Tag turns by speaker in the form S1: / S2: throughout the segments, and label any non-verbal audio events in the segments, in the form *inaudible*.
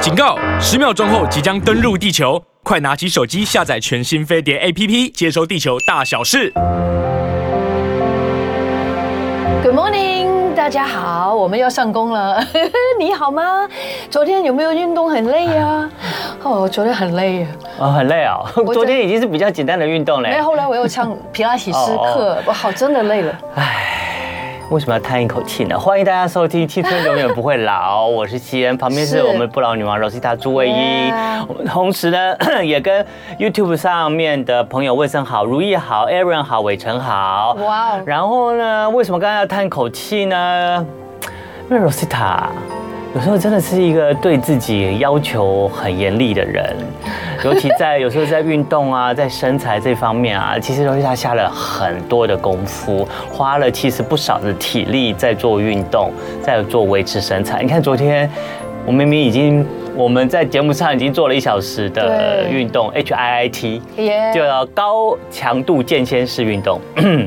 S1: 警告！十秒钟后即将登陆地球，快拿起手机下载全新飞碟 APP，接收地球大小事。
S2: Good morning，大家好，我们要上工了。 *laughs* 你好吗？昨天有没有运动？很累
S3: *laughs*
S2: 啊。哦，昨天很累啊。
S3: 啊、很累啊、
S2: 觉得
S3: 昨天已经是比较简单的运动
S2: 因
S3: 嘞
S2: 为，后来我又
S3: *laughs*
S2: 上皮拉提
S3: 哦
S2: 斯课，我好真的累了。
S3: 为什么要叹一口气呢？欢迎大家收听《青春永远不会老》， *laughs* 我是西恩，旁边
S2: 是
S3: 是我们不老女王 Rosita 朱卫一
S2: Yeah。
S3: 我们同时呢， *clears throat* 也跟 YouTube 上面的朋友问声好，如意好，Aaron 好，伟成好。
S2: 哇哦
S3: 然后呢，为什么刚刚要叹口气呢？因为 Rosita 有时候真的是一个对自己要求很严厉
S2: *laughs*
S3: 的人，尤其在有时候在运动啊，在身材这方面啊，其实 Rosita 下了很多的功夫，花了其实不少的体力在做运动，在做维持身材。你看昨天。我明明已经我们在节目上已经做了一小时的
S2: 对
S3: 运动 H I I T，
S2: 耶
S3: 就要高强度间歇式运动。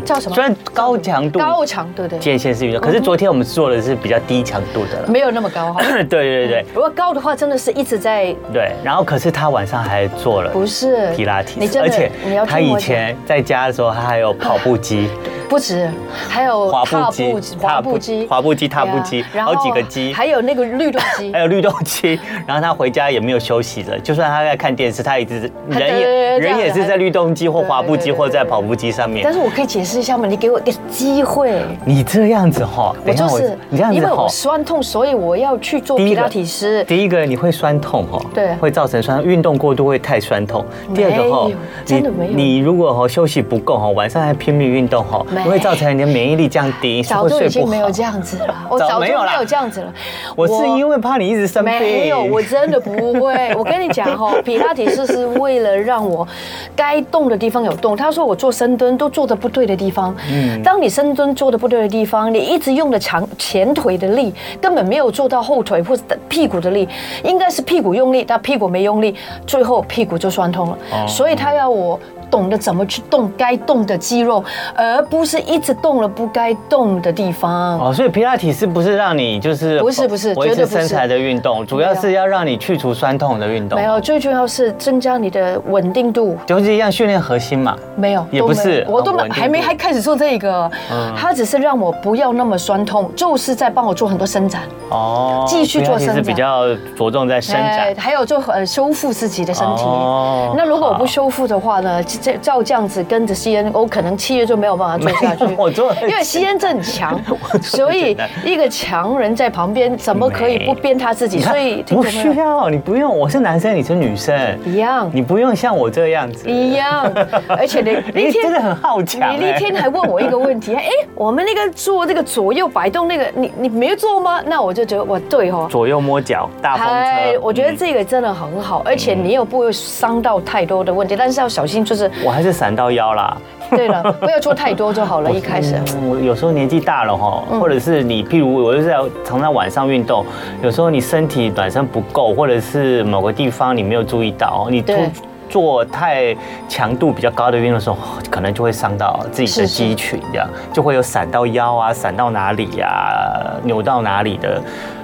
S2: 叫什么
S3: 虽？然高强度
S2: 高强，嗯对对，
S3: 间歇式运动，可是昨天我们做的是比较低强度的了。
S2: 没有那么高哈。
S3: 对 *laughs* 对对对
S2: 如果高的话，真的是一直在，
S3: 对，然后可是他晚上还做了
S2: 嗯不是
S3: 皮拉提
S2: 你
S3: 斯，
S2: 真
S3: 而且
S2: 的，你要
S3: 他
S2: 听我
S3: 以
S2: 讲，
S3: 前在家的时候，他还有跑
S2: *laughs*
S3: 步机、
S2: 不止，还有
S3: 滑
S2: 踏
S3: 步
S2: 步
S3: 机、
S2: 滑步机、
S3: 滑步机、踏步机，
S2: 对啊
S3: 好几个机，
S2: 还有那个律动机
S3: *laughs* 还。有律动机，然后他回家也没有休息的，就算他在看电视，他一直
S2: 还对对对
S3: 人也
S2: 这
S3: 人
S2: 样
S3: 也
S2: 子
S3: 是
S2: 还
S3: 在律动机或
S2: 对
S3: 滑
S2: 对
S3: 步
S2: 对
S3: 机
S2: 对
S3: 或在
S2: 对
S3: 跑步机上
S2: 但
S3: 面。
S2: 是我可以解释一下吗？你给我一个机会。
S3: 你这样子哈，
S2: 我
S3: 等一下
S2: 就是
S3: 你这样子
S2: 因为
S3: 哈
S2: 我，酸痛，所以我要去做
S3: 第一
S2: 皮
S3: 个
S2: 拉提斯。
S3: 第一个你会酸痛哦，
S2: 对
S3: 会造成酸，运动过度会太酸痛。
S2: 没
S3: 第
S2: 有
S3: 二个哈，
S2: 真的没有
S3: 你你如果哦休息不够哦，晚上还拼命运动哦
S2: 没，
S3: 会造成你的免疫力降低，
S2: 早
S3: 会
S2: 就已
S3: 睡
S2: 经
S3: 不
S2: 没
S3: 好
S2: 有。这样子了，我
S3: 早
S2: 早就没
S3: 没有啦
S2: 有这样子了。
S3: 我是因为怕你一直生病，
S2: 没有，我真的不会。我跟你讲哦，皮拉提斯是为了让我该动的地方有动。他说我做深蹲都做的不对的地方。嗯，当你深蹲做的不对的地方，你一直用的长前腿的力，根本没有做到后腿或者屁股的力，应该是屁股用力，但屁股没用力，最后屁股就酸痛了。所以他要我。懂得怎么去动该动的肌肉，而不是一直动了不该动的地方。
S3: 哦，所以皮拉提斯不是让你就是
S2: 不是不是
S3: 维
S2: 绝对不
S3: 持
S2: 是
S3: 身材的运动，主要是要让你去除酸痛的运动
S2: 没。有，最重要是增加你的稳定度。
S3: 就是一样训练核心嘛，
S2: 没有，
S3: 也
S2: 都
S3: 不
S2: 没
S3: 是
S2: 有我都
S3: 很
S2: 没
S3: 稳定
S2: 还没
S3: 度嗯
S2: 还开始做这个，他只是让我不要那么酸痛，就是在帮我做很多伸展，
S3: 哦，
S2: 继续做
S3: 皮拉提
S2: 伸展
S3: 斯比较着重在伸展
S2: 哎，还有做呃修复自己的身体
S3: 哦。
S2: 那如果我
S3: 好
S2: 不修复的话呢，这这照这样子跟着吸烟，我可能七月就没有办法做下去
S3: 没有。 *laughs* 我做得
S2: 因为吸烟症很
S3: *laughs*
S2: 强，所以一个强人在旁边，怎么可以不鞭他自己？
S3: 你看
S2: 所以听众
S3: 不
S2: 朋
S3: 需
S2: 友
S3: 要，你不用，我是男生，你是女生，
S2: 一样
S3: 你不用像我这样子。
S2: 一样，而且你
S3: *laughs* 你真的很好强、欸
S2: 你那天还问我一个问题， *laughs* 哎，我们那个做这个左右摆动那个，你你没做吗？那我就觉得我对哦。哎
S3: 左右摸脚，大风车。嗯
S2: 我觉得这个真的很好，而且你又不会伤到太多的问题，但是要小心，就是
S3: 我还是闪到腰啦。
S2: 对
S3: *laughs*
S2: 了，不要做太多就好了。一开始，嗯
S3: 嗯我有时候年纪大了哈，或者是你，譬如我就是在常常晚上运动，有时候你身体暖身不够，或者是某个地方你没有注意到，你突
S2: 对
S3: 做太强度比较高的运动的时候，可能就会伤到自己
S2: 是是
S3: 的肌群，这样就会有闪到腰啊，闪到哪里呀、扭到哪里的，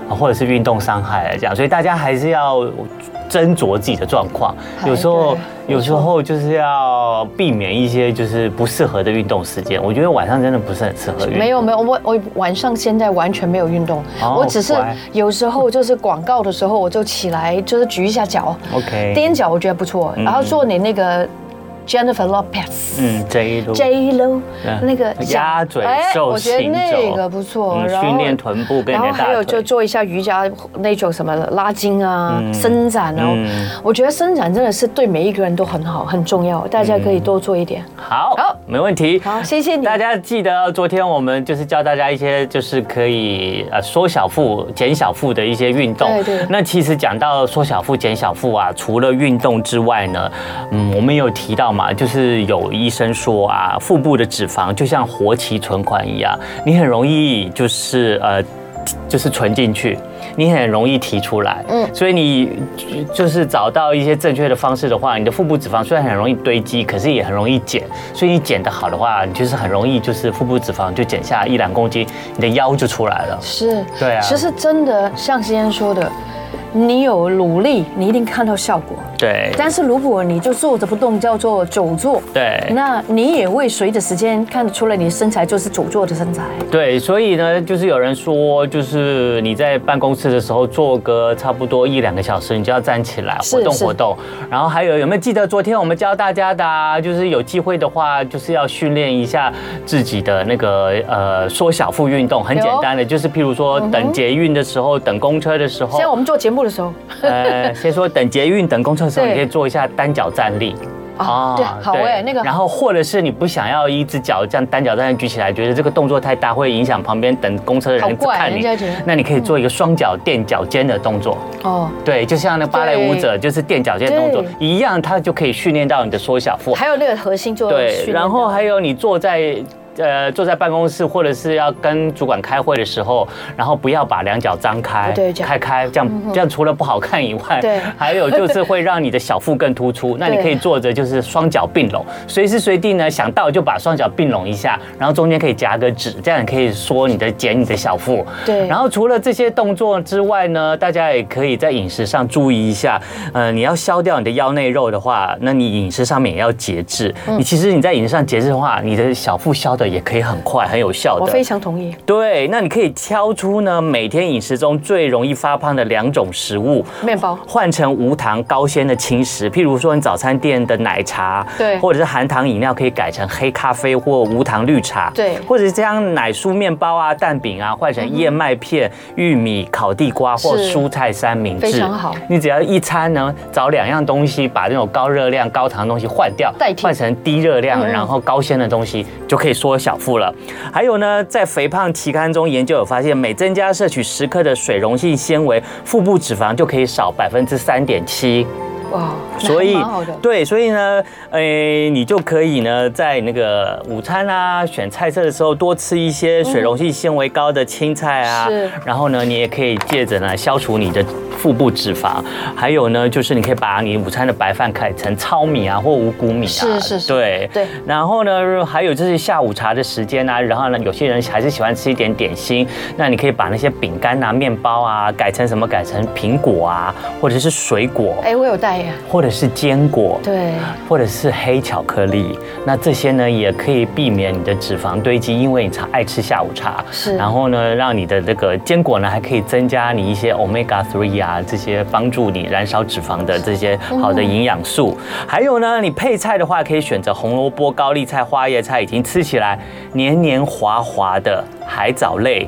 S3: 或者是运动伤害啊这样，所以大家还是要斟酌自己的状况，
S2: 哎
S3: 有时候
S2: 对。
S3: 有时候就是要避免一些就是不适合的运动时间。我觉得晚上真的不是很适合运动。
S2: 没有没有，我我晚上现在完全没有运动，
S3: 哦
S2: 我只是
S3: 乖
S2: 有时候就是广告的时候我就起来就是举一下脚，
S3: ，OK，
S2: 踮脚我觉得不错，然后做你那个 Jennifer Lopez，
S3: 嗯，这一路
S2: J Lo
S3: 嗯
S2: 那个
S3: 鸭嘴
S2: 哎
S3: 兽
S2: 我觉得
S3: 行
S2: 那
S3: 走
S2: 个不错，
S3: 嗯
S2: 然后
S3: 训练臀部跟
S2: 然
S3: 你
S2: 后
S3: 的
S2: 还有
S3: 大
S2: 就
S3: 腿。
S2: 做一下瑜伽那种什么拉筋啊、
S3: 嗯
S2: 伸展啊
S3: 嗯，
S2: 我觉得伸展真的是对每一个人都很好，很重要，大家可以多做一点。
S3: 好，
S2: 好
S3: 没问题。
S2: 好，谢谢你，
S3: 大家记得，昨天我们就是教大家一些就是可以呃缩小腹、减小腹的一些运动。
S2: 对对
S3: 那其实讲到缩小腹、减小腹啊，除了运动之外呢，嗯，我们有提到嘛，就是有医生说啊，腹部的脂肪就像活期存款一样，你很容易就是呃。就是存进去，你很容易提出来，嗯
S2: 嗯，
S3: 所以你就是找到一些正确的方式的话，你的腹部脂肪虽然很容易堆积，可是也很容易减，所以你减得好的话，你就是很容易就是腹部脂肪就减下一两公斤，你的腰就出来了，
S2: 是，
S3: 对啊
S2: 其实真的像先生说的。你有努力，你一定看到效果。
S3: 对
S2: 但是如果你就坐着不动，叫做久坐，
S3: 对
S2: 那你也会随着时间看得出来，你的身材就是久坐的身材。
S3: 对，所以呢，就是有人说，就是你在办公室的时候坐个差不多一两个小时，你就要站起来
S2: 是
S3: 活动
S2: 是
S3: 活动。然后还有有没有记得昨天我们教大家的、啊，就是有机会的话，就是要训练一下自己的那个呃缩小腹运动，很
S2: 有
S3: 简单的，就是譬如说等捷运的时候，等公车的时候
S2: 现在，我们做节目的时候，
S3: 呃，先说等捷运、等公车的时候，
S2: 对
S3: 你可以做一下单脚站立。
S2: 啊，对，好哎，那个
S3: 哦然后或者是你不想要一只脚这样单脚这样举起来，觉得这个动作太大，会影响旁边等公车的
S2: 好
S3: 人
S2: 怪
S3: 看
S2: 人
S3: 你
S2: 家觉得，
S3: 那你可以做一个双脚垫脚尖的动作。
S2: 哦，
S3: 对，就像那芭蕾舞者就是垫脚尖的动作
S2: 对
S3: 一样，它就可以训练到你的缩小腹。
S2: 还有那个核心做训
S3: 对，
S2: 练
S3: 然后还有你坐在。呃，坐在办公室或者是要跟主管开会的时候，然后不要把两脚张开，
S2: 哦对这样
S3: 开开，这样、这样除了不好看以外，
S2: 对
S3: 还有就是会让你的小腹更突出。那你可以坐着就是双脚并拢，随时随地呢想到就把双脚并拢一下，然后中间可以夹个纸，这样你可以缩你的减你的小腹。
S2: 对
S3: 然后除了这些动作之外呢，大家也可以在饮食上注意一下。呃，你要消掉你的腰内肉的话，那你饮食上面也要节制。
S2: 嗯
S3: 你其实你在饮食上节制的话，你的小腹消的也可以很快很有效
S2: 我
S3: 的。
S2: 非常同意。
S3: 对，那你可以挑出呢每天饮食中最容易发胖的两种食物，
S2: 面包
S3: 换成无糖高纤的轻食，譬如说你早餐店的奶茶，
S2: 对
S3: 或者是含糖饮料可以改成黑咖啡或无糖绿茶，
S2: 对
S3: 或者是将奶酥面包啊、蛋饼啊换成燕麦片、玉米、烤地瓜或
S2: 是
S3: 蔬菜三明治，
S2: 非常好。
S3: 你只要一餐呢找两样东西，把那种高热量、高糖的东西换掉，
S2: 代替嗯
S3: 换成低热量，然后高纤的东西，就可以缩小腹了。还有呢，在肥胖期刊中研究有发现，每增加摄取十克的水溶性纤维，腹部脂肪就可以少百分之三点七。
S2: 哇，那
S3: 所以
S2: 还蛮好的，
S3: 对，所以呢，诶、你就可以呢，在那个午餐啊、选菜色的时候，多吃一些水溶性纤维高的青菜啊。
S2: 嗯是
S3: 然后呢，你也可以借着呢，消除你的腹部脂肪。还有呢，就是你可以把你午餐的白饭改成糙米啊或五谷米啊。
S2: 是是是
S3: 对
S2: 对
S3: 然后呢，还有就是下午茶的时间啊，然后呢，有些人还是喜欢吃一点点心，那你可以把那些饼干啊、面包啊，改成什么？改成苹果啊，或者是水果。
S2: 哎，我有带耶，
S3: 或者是坚果，
S2: 对，
S3: 或者是黑巧克力。那这些呢，也可以避免你的脂肪堆积，因为你常爱吃下午茶。
S2: 是
S3: 然后呢，让你的这个坚果呢，还可以增加你一些 omega three 啊，这些帮助你燃烧脂肪的这些好
S2: 嗯
S3: 的营养素。还有呢，你配菜的话，可以选择红萝卜、高丽菜、花椰菜，已经吃起来黏黏滑滑的海藻类。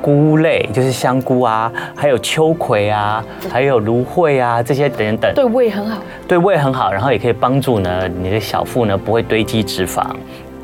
S3: 菇类就是香菇啊，还有秋葵啊，还有芦荟啊，这些等等。
S2: 对胃很好。
S3: 对胃很好，然后也可以帮助呢你的小腹呢不会堆积脂肪。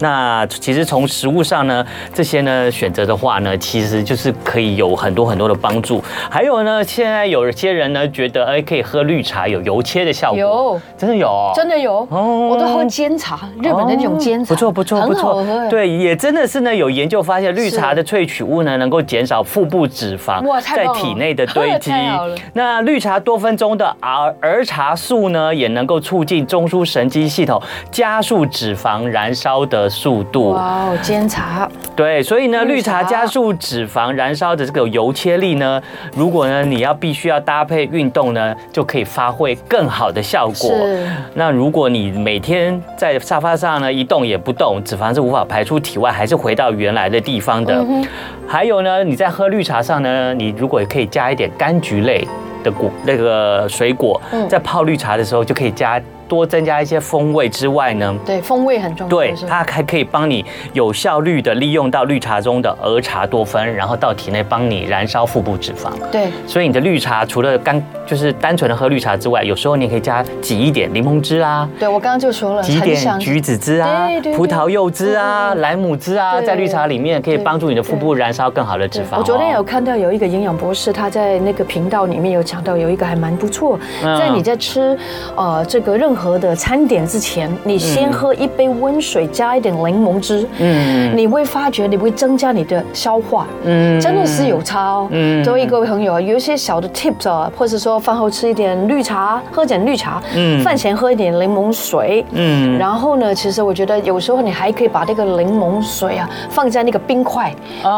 S3: 那其实从食物上呢，这些呢选择的话呢，其实就是可以有很多很多的帮助。还有呢，现在有些人呢觉得，哎，可以喝绿茶有油切的效果，
S2: 有
S3: 真的有哦，
S2: 真的有，
S3: 哦
S2: 我都喝煎茶，日本的那种煎茶，
S3: 不错不错不
S2: 很好
S3: 错
S2: 喝。，，
S3: 对，也真的是呢，有研究发现绿茶
S2: 是
S3: 的萃取物呢，能够减少腹部脂肪
S2: 哇太
S3: 在
S2: 棒了
S3: 体内的堆
S2: *laughs*
S3: 积
S2: 太好了。
S3: 那绿茶多酚中的儿儿茶素呢，也能够促进中枢神经系统，加速脂肪燃烧的速度。
S2: 哇哦，煎茶，
S3: 对，所以呢，
S2: 绿
S3: 绿茶
S2: 茶
S3: 加速脂肪燃烧的这个油切力呢，如果呢你要必须要搭配运动呢，就可以发挥更好的效果
S2: 是。
S3: 那如果你每天在沙发上呢一动也不动，脂肪是无法排出体外，还是回到原来的地方的。
S2: 嗯
S3: 还有呢，你在喝绿茶上呢，你如果可以加一点柑橘类。的果那个水果，
S2: 嗯
S3: 在泡绿茶的时候就可以加多增加一些风味之外呢，
S2: 对，风味很重要，
S3: 对
S2: 是，吧
S3: 它还可以帮你有效率的利用到绿茶中的儿茶多酚，然后到体内帮你燃烧腹部脂肪。
S2: 对，
S3: 所以你的绿茶除了干就是单纯的喝绿茶之外，有时候你也可以加挤一点柠檬汁啊。
S2: 对我刚刚就说了，
S3: 挤一
S2: 很想
S3: 点橘子汁啊
S2: 对对，对
S3: 葡萄柚汁啊，莱姆汁啊，
S2: 对
S3: 在绿茶里面可以帮助你的腹部燃烧更好的脂肪哦。
S2: 我昨天有看到有一个营养博士，他在那个频道里面有讲到有一个还蛮不错，
S3: 嗯
S2: 在你在吃呃这个任何的餐点之前，你先喝一杯温水，加一点柠檬汁，嗯，你会发觉你会增加你的消化，嗯，真的是有差哦。嗯，所以各位朋友啊，有一些小的 tips 啊，或者说饭后吃一点绿茶，喝点绿茶，嗯，饭前喝一点柠檬水，嗯，然后呢，其实我觉得有时候你还可以把这个柠檬水啊放在那个冰块，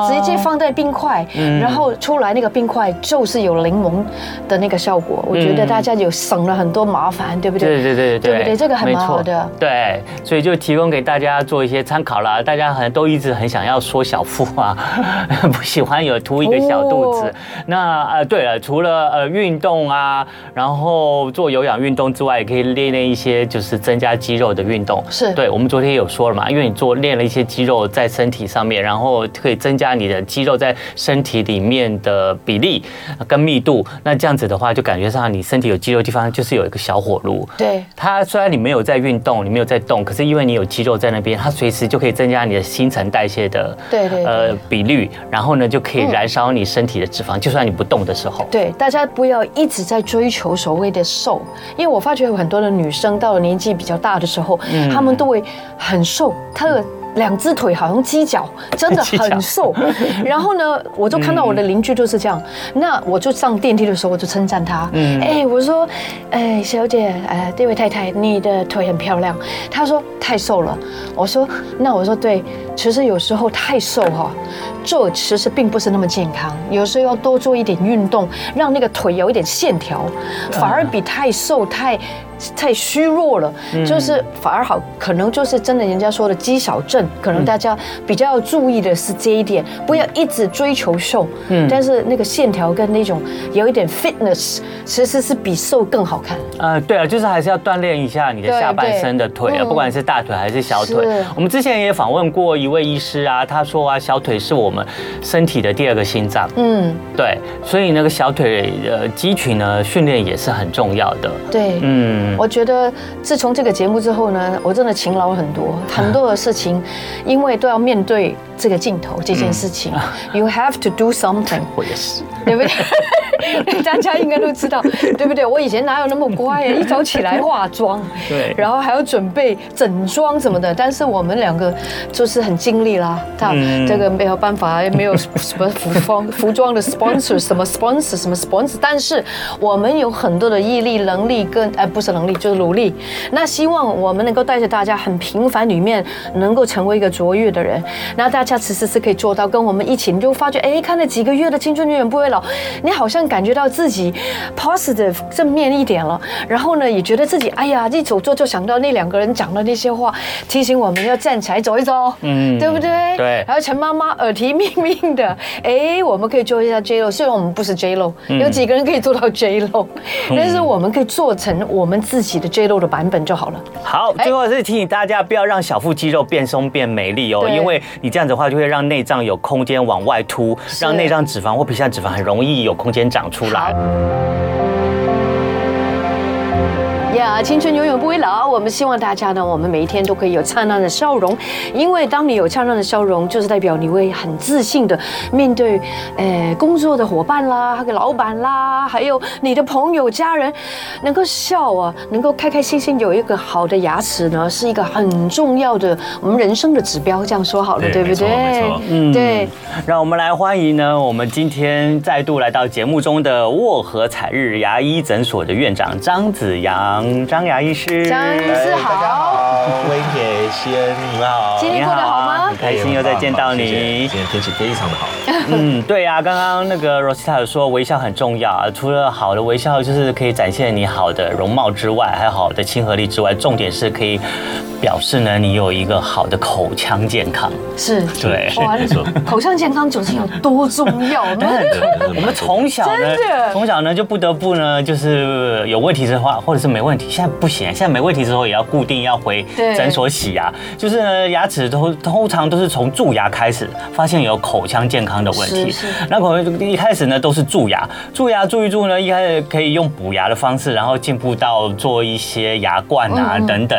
S2: 直接放在冰块，然后出来那个冰块就是有柠檬的那个效果。我觉得大家有省了很多麻烦，对不对？
S3: 对对对
S2: 对不对？这个还
S3: 没
S2: 蛮好
S3: 错
S2: 的。。
S3: 对，所以就提供给大家做一些参考啦。大家好像都一直很想要缩小腹啊， *laughs* 不喜欢有凸一个小肚子。
S2: 哦
S3: 那呃，对了，除了呃运动啊，然后做有氧运动之外，也可以练练一些就是增加肌肉的运动。
S2: 是
S3: 对，我们昨天有说了嘛，因为你做练了一些肌肉在身体上面，然后可以增加你的肌肉在身体里面的比例跟密度。那这样子的话，就感觉上你身体有肌肉的地方就是有一个小火炉。
S2: 对
S3: 它虽然你没有在运动，你没有在动，可是因为你有肌肉在那边，它随时就可以增加你的新陈代谢的呃
S2: 对对对
S3: 比率，然后呢就可以燃烧你身体的脂肪，就算你不动的时候。
S2: 对，大家不要一直在追求所谓的瘦，因为我发觉有很多的女生到了年纪比较大的时候，
S3: 嗯
S2: 她们都会很瘦，她的。两只腿好像鸡脚，真的
S3: 鸡脚
S2: 很瘦。然后呢，我就看到我的邻居就是这样。那我就上电梯的时候，我就称赞她。嗯，哎，我说，哎，小姐，哎，这位太太，你的腿很漂亮。她说太瘦了。我说，那我说对，其实有时候太瘦哈、这其实并不是那么健康，有时候要多做一点运动，让那个腿有一点线条，反而比太瘦太。太虚弱了，就是反而好，可能就是真的人家说的肌少症，可能大家比较要注意的是这一点，不要一直追求瘦，但是那个线条跟那种有一点 fitness，其实是比瘦更好看。
S3: 呃，对啊，就是还是要锻炼一下你的
S2: 对
S3: 下半身的腿啊，
S2: 对嗯
S3: 不管是大腿还是小腿
S2: 是。
S3: 我们之前也访问过一位医师啊，他说啊，小腿是我们身体的第二个心脏。
S2: 嗯，
S3: 对，所以那个小腿呃肌群呢训练也是很重要的。
S2: 对，
S3: 嗯，
S2: 我觉得自从这个节目之后呢，我真的勤劳很多，很多的事情，因为都要面对这个镜头这件事情。You have to do something，
S3: 我也是。
S2: 对不对？ *laughs* 大家应该都知道，对不对？我以前哪有那么乖啊呀？一早起来化妆，
S3: 对
S2: 然后还要准备整妆什么的。但是我们两个就是很尽力啦，他
S3: 嗯
S2: 这个没有办法，也没有什么服装服装的 sponsor，什么 sponsor，什么 sponsor。但是我们有很多的毅力、能力跟哎不是能力就是努力。那希望我们能够带着大家很平凡里面能够成为一个卓越的人。那大家其实是可以做到，跟我们一起，你就发觉哎，看了几个月的青春永远不会老，你好像感觉到自己 positive 正面一点了，然后呢，也觉得自己哎呀，一走坐就想到那两个人讲的那些话，提醒我们要站起来走一走，嗯，对不对？
S3: 对
S2: 还有陈妈妈耳提面命的，哎，我们可以做一下 J Lo，虽然我们不是 J Lo，、有几个人可以做到 J Lo，但是我们可以做成我们自己的 J Lo 的版本就好了。
S3: 好，最后是提醒大家不要让小腹肌肉变松变美丽哦，
S2: 对
S3: 因为你这样子的话就会让内脏有空间往外凸，让内脏脂肪或皮下脂肪很容易有空间长出来。
S2: 呀青春永远不会老。我们希望大家呢，我们每一天都可以有灿烂的笑容，因为当你有灿烂的笑容，就是代表你会很自信的面对，呃，工作的伙伴啦，还有老板啦，还有你的朋友、家人，能够笑啊，能够开开心心，有一个好的牙齿呢，是一个很重要的我们人生的指标。这样说好了，
S4: 对
S2: 对不
S4: 没错
S2: 对
S4: 没错？
S2: 嗯，对。
S3: 让我们来欢迎呢，我们今天再度来到节目中的沃和彩日牙医诊所的院长张子阳，张牙医师。
S2: 张医师好
S4: 哎大家好，薇姐、西恩，你们好。
S2: 今天
S3: 你
S2: 过得好吗
S3: 很开心又再见到你
S4: 谢谢。今天天气非常的好，
S3: 嗯，对呀、刚刚那个 Rosita 有说微笑很重要啊，除了好的微笑就是可以展现你好的容貌之外，还有好的亲和力之外，重点是可以表示呢你有一个好的口腔健康。
S2: 是，
S3: 对
S4: 是
S3: *laughs*
S4: 没错。
S2: 口腔健康究竟有多重要呢？
S4: 我
S3: 我们从小呢
S2: 真的，
S3: 从小呢就不得不呢，就是有问题之后，或者是没问题，现在不行，现在没问题之后也要固定要回
S2: 对
S3: 诊所啊洗牙。就是呢，牙齿都通常都是从蛀牙开始，发现有口腔健康的问题
S2: 是是。
S3: 那可能一开始呢都是蛀牙，蛀牙蛀一蛀呢，一开始可以用补牙的方式，然后进步到做一些牙冠啊
S2: 嗯
S3: 等等。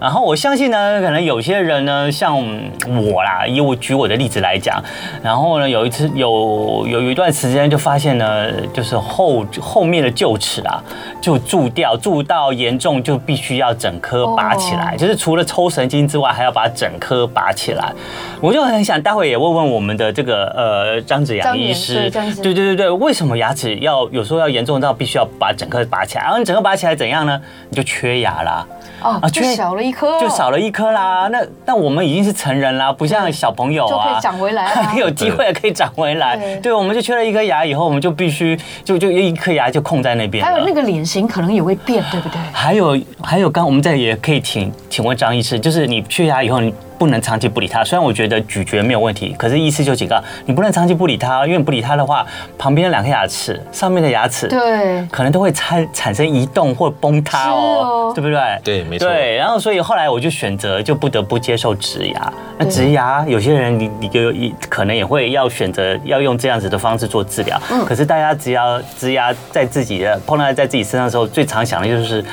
S3: 然后我相信呢，可能有些人呢，像我啦，以我举我的例子来讲，然后呢有一次有有有一段时间就发现呢，就是后后面的臼齿啊就蛀掉，蛀到严重就必须要整颗拔起
S2: 哦
S3: 来。就是除了抽神经之外，还要把整颗拔起来。我就很想待会也问问我们的这个呃张子阳
S2: 张
S3: 医
S2: 元
S3: 师，
S2: 对张医师
S3: 对对对对为什么牙齿要有时候要严重到必须要把整颗拔起来？然后啊你整个拔起来怎样呢？你就缺牙啦。
S2: 哦
S3: 啊，
S2: 就
S3: 缺
S2: 少了一颗，
S3: 就少了一颗啦。那但我们已经是成人啦，不像小朋友啊，
S2: 就可以长回来
S3: *laughs*
S2: 啊
S3: 有机会可以长回来。
S2: 对
S3: 对，我们就缺了一颗牙，以后我们就必须就就一颗牙就空在那边了。
S2: 还有那个脸型可能也会变，对不对？
S3: 还有还有，刚我们这里也可以请请问张医师，就是你缺牙以后，你不能长期不理它。虽然我觉得咀嚼没有问题，可是医师就警告你不能长期不理它，因为不理它的话，旁边的两颗牙齿、上面的牙齿
S2: 对，
S3: 可能都会产产生移动或崩塌
S2: 是
S3: 哦，
S2: 哦
S3: 对不对？
S4: 对没错
S3: 对，然后所以后来我就选择就不得不接受植牙。那
S2: 对
S3: 植牙有些人你你有一可能也会要选择要用这样子的方式做治疗，
S2: 嗯
S3: 可是大家植牙植牙在自己的碰到在自己身上的时候，最常想的就是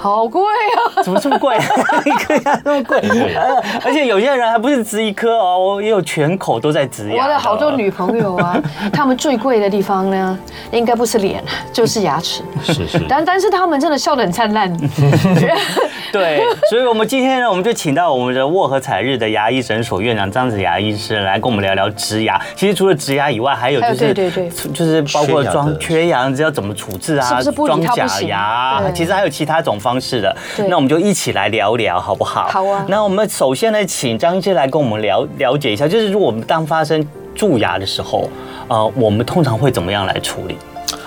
S2: 好贵啊！
S3: 怎么这么贵， *laughs* 一颗牙那么贵，呃而且有些人还不是植一颗哦，我也有全口都在植牙。
S2: 我的好多女朋友啊，她们最贵的地方呢，应该不是脸，就是牙齿。
S4: 是是，
S3: 嗯
S2: 但但是她们真的笑得很灿烂。
S3: *laughs* 对，所以我们今天呢，我们就请到我们的沃和彩日的牙医诊所院长张子牙医师来跟我们聊聊植牙。其实除了植牙以外，还有就
S2: 还
S3: 是
S2: 有对对
S3: 就是包括
S4: 缺牙的
S3: 装缺牙，要怎么处置
S2: 是
S3: 啊，
S2: 不是不理
S3: 装
S2: 它
S3: 假
S2: 不行
S3: 牙，
S2: 对
S3: 其实还有其他种方式的。
S2: 对
S3: 那我们就一起来聊聊，好不好？
S2: 好啊
S3: 那我们首先呢，请张医师来跟我们了了解一下，就是如果我们当发生蛀牙的时候，呃，我们通常会怎么样来处理？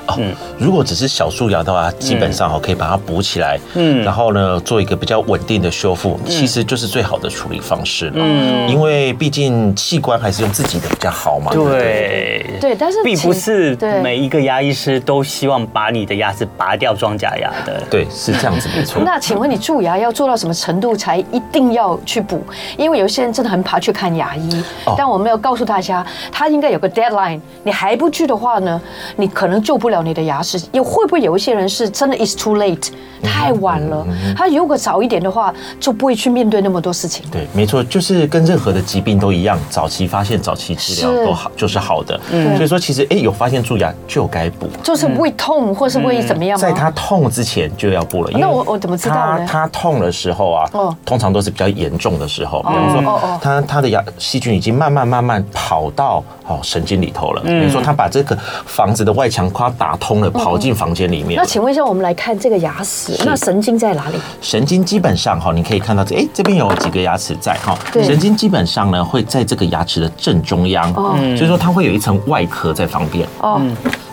S4: 哦如果只是小蛀牙的话，基本上哦可以把它补起来，
S3: 嗯
S4: 嗯，然后呢做一个比较稳定的修复，其实就是最好的处理方式了。嗯，因为毕竟器官还是用自己的比较好嘛。不
S3: 对。
S2: 对，但是
S3: *laughs* 并
S2: 请
S3: 不是
S2: 对
S3: 每一个牙医师都希望把你的牙齿拔掉装假牙的。
S2: 哦
S4: 对，是这样子没错。
S2: 那请问你蛀牙要做到什么程度才一定要去补？因为有些人真的很怕去看牙医，
S4: 哦
S2: 但我们要告诉大家，他应该有个 deadline。你还不去的话呢，你可能救不了你的牙齿。又会不会有一些人是真的 is too late，太晚了？
S4: 嗯
S2: 他如果早一点的话，就不会去面对那么多事情。
S4: 对，没错，就是跟任何的疾病都一样，早期发现、早期治疗
S2: 是
S4: 都好，就是好的。
S2: 嗯
S4: 所以说，其实哎、有发现蛀牙就该补，
S2: 就是不会痛，或是不会怎么样啊吗？哦
S4: 嗯在它痛之前就要补了。因为
S2: 那我我怎么知道呢
S4: 它它痛的时候啊
S2: 哦，
S4: 通常都是比较严重的时候，比方
S2: 哦哦
S4: 说它它的牙细菌已经慢慢慢慢跑到哦神经里头了。
S2: 嗯
S4: 比如说它把这个房子的外墙框打通了，跑进房间里面
S2: 那
S4: 了。
S2: 请问一下，我们来看这个牙齿，
S4: 是
S2: 那神经在哪里？
S4: 神经基本上哈，你可以看到这哎、这边有几个牙齿在哈，
S2: 对
S4: 神经基本上呢会在这个牙齿的正中央，
S2: 哦
S4: 所以说它会有一层外壳在旁边。
S2: 哦，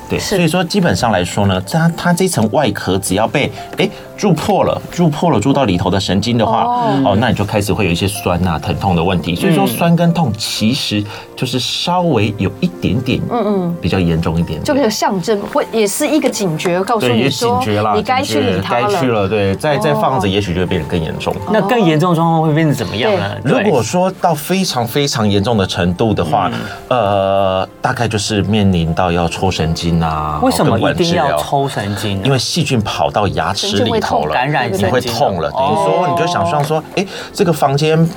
S4: 对，
S2: 是
S4: 所以说基本上来说呢，它它这层外壳只要被哎蛀破了，蛀破了蛀到里头的神经的话，
S2: 哦嗯
S4: 哦那你就开始会有一些酸啊、疼痛的问题。所以说酸跟痛其实就是稍微有一点点，嗯嗯，比较严重一点点，
S2: 就有象征，或也是一个警觉，告诉
S4: 对，
S2: 你
S4: 也警
S2: 说
S4: 觉啦，
S2: 你该去
S4: 警觉
S2: 理它
S4: 该去
S2: 了。哦
S4: 了，对，再再放着，也许就会变得更严重。
S3: 那更严重的状况会变成怎么样呢？
S4: 如
S3: 对嗯
S4: 果说到非常非常严重的程度的话，呃，大概就是面临到要抽神经啊，
S3: 为什么
S4: 根管
S3: 一定
S4: 治
S3: 要
S4: 疗
S3: 抽神经呢？
S4: 因为细菌跑到牙齿里头了，
S3: 感染
S4: 你会痛了。等于
S3: 哦
S4: 说，你就想象说，哎，这个房间。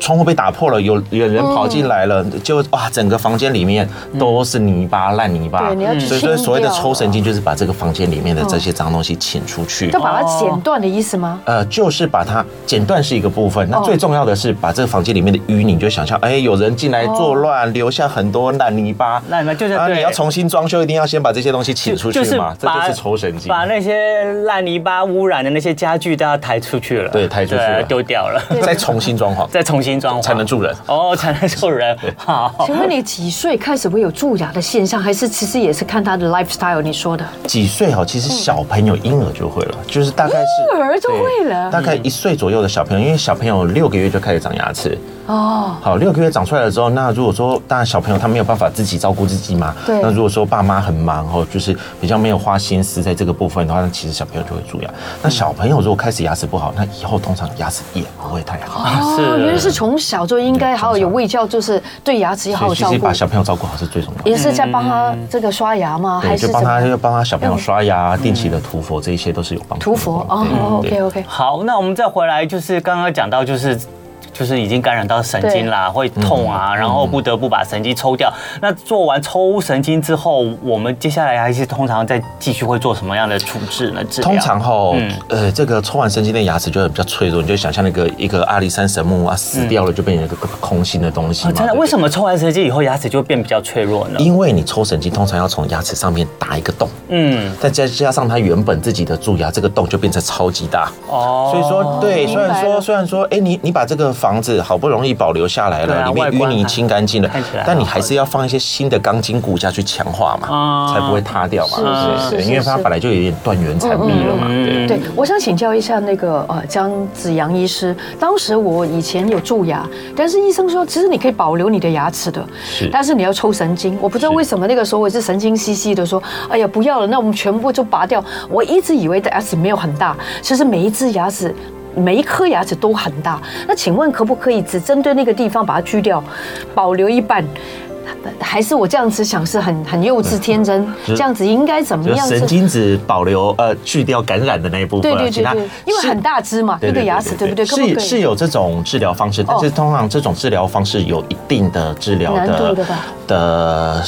S4: 窗户被打破了，有有人跑进来了，
S3: 嗯
S4: 就哇，整个房间里面都是泥巴、烂泥巴。
S2: 对你要去
S4: 所以说
S2: 清
S4: 所谓的
S2: 掉
S4: 抽神经，就是把这个房间里面的这些脏东西请出去。
S2: 就把它剪断的意思吗？
S4: 呃，就是把它剪断是一个部分，那
S2: 哦
S4: 最重要的是把这个房间里面的淤泥，你就想象，哎、有人进来作乱，留下很多烂泥巴，
S3: 烂泥巴就是
S4: 啊，
S3: 对
S4: 你要重新装修，一定要先把这些东西请出去嘛，这就
S3: 把
S4: 是抽神经。
S3: 把那些烂泥巴污染的那些家具都要抬出去了，
S4: 对抬出去了
S3: 对丢掉了， *laughs*
S4: 再重新装潢，
S3: 再重新装潢
S4: 才能住人
S3: 哦，才能住
S4: *laughs*
S3: 人。好，
S2: 请问你几岁开始会有蛀牙的现象，还是其实也是看他的 lifestyle？你说的
S4: 几岁哦？其实小朋友婴儿就会了，就是大概是
S2: 嗯婴儿就会了
S4: 对大概一岁左右的小朋友，因为小朋友六个月就开始长牙齿，
S2: 哦，
S4: 好，六个月长出来了之后，那如果说当然小朋友他没有办法自己照顾自己嘛，
S2: 对
S4: 那如果说爸妈很忙哦，就是比较没有花心思在这个部分的话，那其实小朋友就会蛀牙。那小朋友如果开始牙齿不好，那以后通常牙齿也不会太好。
S2: 哦，
S3: 是
S2: 原来是从小就应该好好有喂教，就是对牙齿要好
S4: 所
S2: 好
S4: 以其
S2: 照
S4: 实
S2: 顾
S4: 把。小朋友照顾好是最重要的。
S2: 也是在帮他这个刷牙吗？还
S4: 对，
S2: 是怎
S4: 就帮
S2: 么
S4: 他
S2: 样
S4: 就帮他小朋友刷牙、啊定期的涂氟，这一些都是有帮助
S2: 涂
S4: 的。
S2: 佛？
S4: 对
S2: 哦
S4: 嗯对
S2: ，OK OK，
S3: 好，那我们再回来，就是刚刚讲到，就是就是已经感染到神经啦，会痛啊，
S4: 嗯
S3: 然后不得不把神经抽掉。那做完抽神经之后，我们接下来还是通常再继续会做什么样的处置呢？治疗？
S4: 通常哈
S3: 嗯，
S4: 呃，这个抽完神经的牙齿就会比较脆弱，你就想象那个一个阿里山神木啊，死掉了就变成一个空心的东西
S3: 啊
S4: 嘛。
S3: 真的，
S4: 对
S3: 为什么抽完神经以后牙齿就会变比较脆弱呢？
S4: 因为你抽神经通常要从牙齿上面打一个洞，
S3: 嗯，
S4: 再加加上它原本自己的蛀牙，这个洞就变成超级大。
S3: 哦，
S4: 所以说，对，虽然
S2: 明白了
S4: 说虽然说，哎，你你把这个房子好不容易保留下来
S3: 对
S4: 了，
S3: 啊
S4: 里面
S3: 外
S4: 淤
S3: 观
S4: 泥
S3: 还
S4: 清干净了
S3: 看起来，
S4: 但你
S3: 好好
S4: 还是要放一些新的钢筋骨架去强化嘛，
S3: 啊
S4: 才不会塌掉嘛，对
S2: 是
S4: 不
S2: 是
S4: 对？
S2: 是
S4: 因为它
S2: 是
S4: 本来就有点断垣残壁了嘛，对。
S3: 嗯
S2: 对，我想请教一下那个呃江子阳医师，当时我以前有蛀牙，但是医生说其实你可以保留你的牙齿的，
S4: 是
S2: 但是你要抽神经。我不知道为什么那个时候我是神经兮兮的说，哎呀不要了，那我们全部就拔掉。我一直以为的牙齿没有很大，其实每一只牙齿。每一颗牙齿都很大，那请问可不可以只针对那个地方把它锯掉，保留一半？还是我这样子想是很很幼稚天真？这样子应该怎么
S4: 就
S2: 样？
S4: 神经质保留呃去掉感染的那一部分
S2: 对
S4: 啊，
S2: 对
S4: 其
S2: 对
S4: 他
S2: 对，因为
S4: 是
S2: 很大只嘛，
S4: 对
S2: 那
S4: 对
S2: 个牙齿对不对？可不可
S4: 是是
S2: 以？
S4: 有这种治疗方式，但是通常这种治疗方式有一定的治疗
S2: 哦难度
S4: 的
S2: 的吧
S4: 的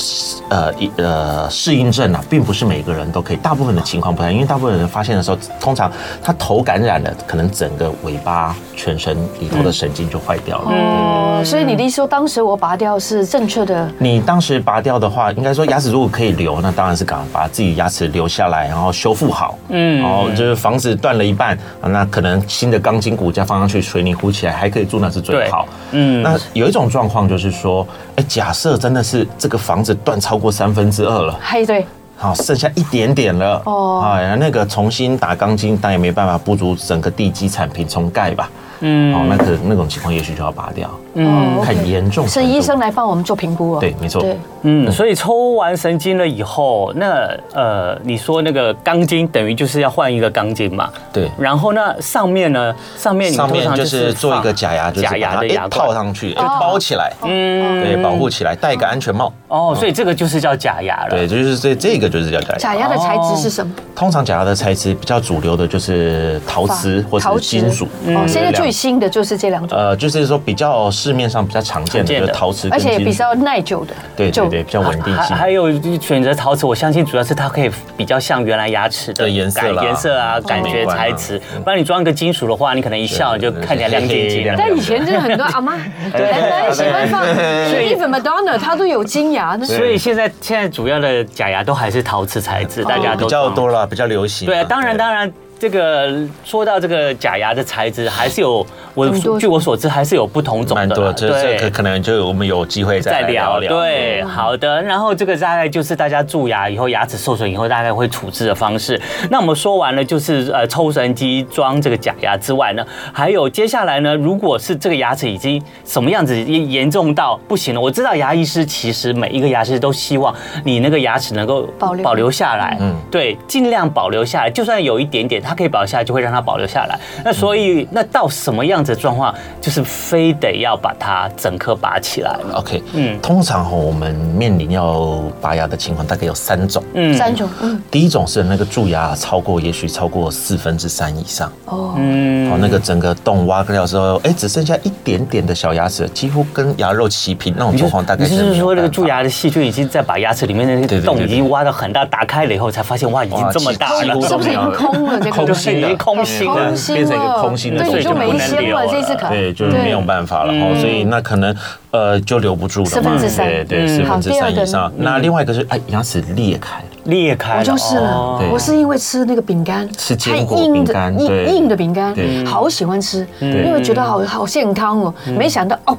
S4: 呃一呃适应症啊，并不是每个人都可以，大部分的情况不太，因为大部分人发现的时候，通常他头感染了，可能整个尾巴、全身里
S2: 嗯
S4: 头的神经就坏掉了。
S2: 哦，所以你的意思说，当时我拔掉是正确的，
S4: 你当时拔掉的话，应该说牙齿如果可以留，那当然是赶快把自己牙齿留下来，然后修复好。嗯，然后就是房子断了一半，啊那可能新的钢筋骨架放上去，水泥糊起来还可以住，那是最好。
S3: 嗯
S4: 那有一种状况就是说，哎，假设真的是这个房子断超过三分之二了。
S2: 嘿，对，
S4: 好，剩下一点点了。
S2: 哦
S4: 哦，哎，那个重新打钢筋，但也没办法不足整个地基产品重盖吧。
S3: 嗯
S4: 哦，那可能那种情况也许就要拔掉，
S2: 嗯
S4: 看严重
S2: 是
S4: 程度
S2: 医生来帮我们做评估哦。
S4: 对没错
S2: 对，
S3: 嗯，所以抽完神经了以后，那呃，你说那个钢筋等于就是要换一个钢筋嘛？
S4: 对
S3: 然后那上面呢？上面你们
S4: 上
S3: 通
S4: 面
S3: 常
S4: 就是做一个假牙，
S3: 放
S4: 就是
S3: 假牙
S4: 把
S3: 的
S4: 它
S3: 牙
S4: 哎
S3: 套
S4: 套上
S2: 哦
S4: 去，哎包起来，
S3: 嗯，
S4: 对，保护起来，戴一个安全帽。
S3: 哦，所以这个就是叫假牙了。
S4: 嗯对，就是这这个就是叫假牙。
S2: 假牙的材质是什么？
S4: 通常假牙的材质比较主流的就是陶瓷或者
S2: 陶
S4: 是
S2: 瓷
S4: 金属。
S2: 哦，
S3: 嗯
S4: 对
S2: 现在
S4: 两
S2: 最新的就是这两种，
S4: 呃，就是说比较市面上比较常见
S3: 常
S4: 的
S3: 见
S4: 就
S3: 的
S4: 是陶瓷
S2: 而
S4: 跟金属，
S2: 且比较耐久的，
S4: 对对对，比较稳定
S3: 还
S4: 性。
S3: 还有选择陶瓷，我相信主要是它可以比较像原来牙齿的
S4: 对颜色
S3: 感
S4: 啦
S3: 颜色啊，感觉
S4: 美观啊
S3: 材质。不然你装一个金属的话，你可能一笑就看起来亮晶晶的。
S2: 但以前真的
S4: *laughs*
S2: 很多阿
S4: 哎
S2: 妈，奶奶喜欢放，even Madonna 她都有金牙呢。
S3: 所以现在现在主要的假牙都还是陶瓷材质，大家都
S4: 哦比较
S3: 装
S4: 多了，比较流行。
S3: 对啊，当然当然，这个说到这个假牙的材质，还是有我
S2: 很多
S3: 据我所知还是有不同种
S4: 蛮
S3: 的
S4: 多
S3: 啦，
S4: 的，这这可
S3: 对。
S4: 可能就有我们有机会再
S3: 再
S4: 来
S3: 聊
S4: 聊聊。
S3: 对，好的。然后这个大概就是大家蛀牙以后，牙齿受损以后，大概会处置的方式。那我们说完了，就是呃抽神机装这个假牙之外呢，还有接下来呢，如果是这个牙齿已经什么样子严严重到不行了，我知道牙医师其实每一个牙医师都希望你那个牙齿能够
S2: 保留
S3: 保留留下来，嗯，对，尽量保留下来，就算有一点点，它可以保留下来，就会让它保留下来。那所以，那到什么样子的状况，就是非得要把它整颗拔起来了。
S4: OK，
S3: 嗯
S4: 嗯，通常哈，我们面临要拔牙的情况大概有三种。
S3: 嗯
S2: 三种，嗯，
S4: 第一种是那个蛀牙超过，也许超过四分之三以上，
S2: 哦，
S3: 嗯
S4: 哦，那个整个洞挖掉之后，哎，只剩下一点点的小牙齿，几乎跟牙肉齐平那种
S3: 你就
S4: 状况，大概
S3: 你
S4: 是
S3: 就
S4: 没
S3: 是
S4: 有
S3: 说那个
S4: 办法
S3: 蛀牙的细菌已经在把牙齿里面的那
S4: 对
S3: 个
S4: 对
S3: 洞
S4: 对
S3: 已
S4: 对
S3: 经挖得很大，打开了以后才发现哇，已经
S4: 哇
S3: 这么
S4: 其
S3: 大
S4: 几乎
S3: 了，
S2: 是不是已经空了？这个
S4: 空
S3: 对，
S4: 心
S3: 已
S4: 的
S3: 经空心了
S2: 空。心了，
S4: 变成一个空心的
S2: 对，你就
S4: 所以就
S2: 没
S4: 不能
S2: 鲜
S3: 留
S2: 了，
S3: 了
S2: 这次可
S4: 对，就是没有办法了
S3: 嗯
S4: 哦，所以那可能呃就留不住了嘛，
S2: 四分之三
S4: 对对，
S3: 嗯
S4: 四分
S2: 好
S4: 之三
S2: 第二个
S4: 以上。那另外一个是哎牙齿裂开了，
S3: 裂开
S2: 我
S3: 了，
S2: 就是了
S3: 哦，
S4: 对
S2: 我是因为吃那个饼干，
S4: 吃
S2: 太
S4: 坚果
S2: 硬的
S4: 饼干对
S2: 硬硬的饼干，
S4: 对嗯
S2: 好喜欢吃，因为觉得好好健康哦。没想到哦，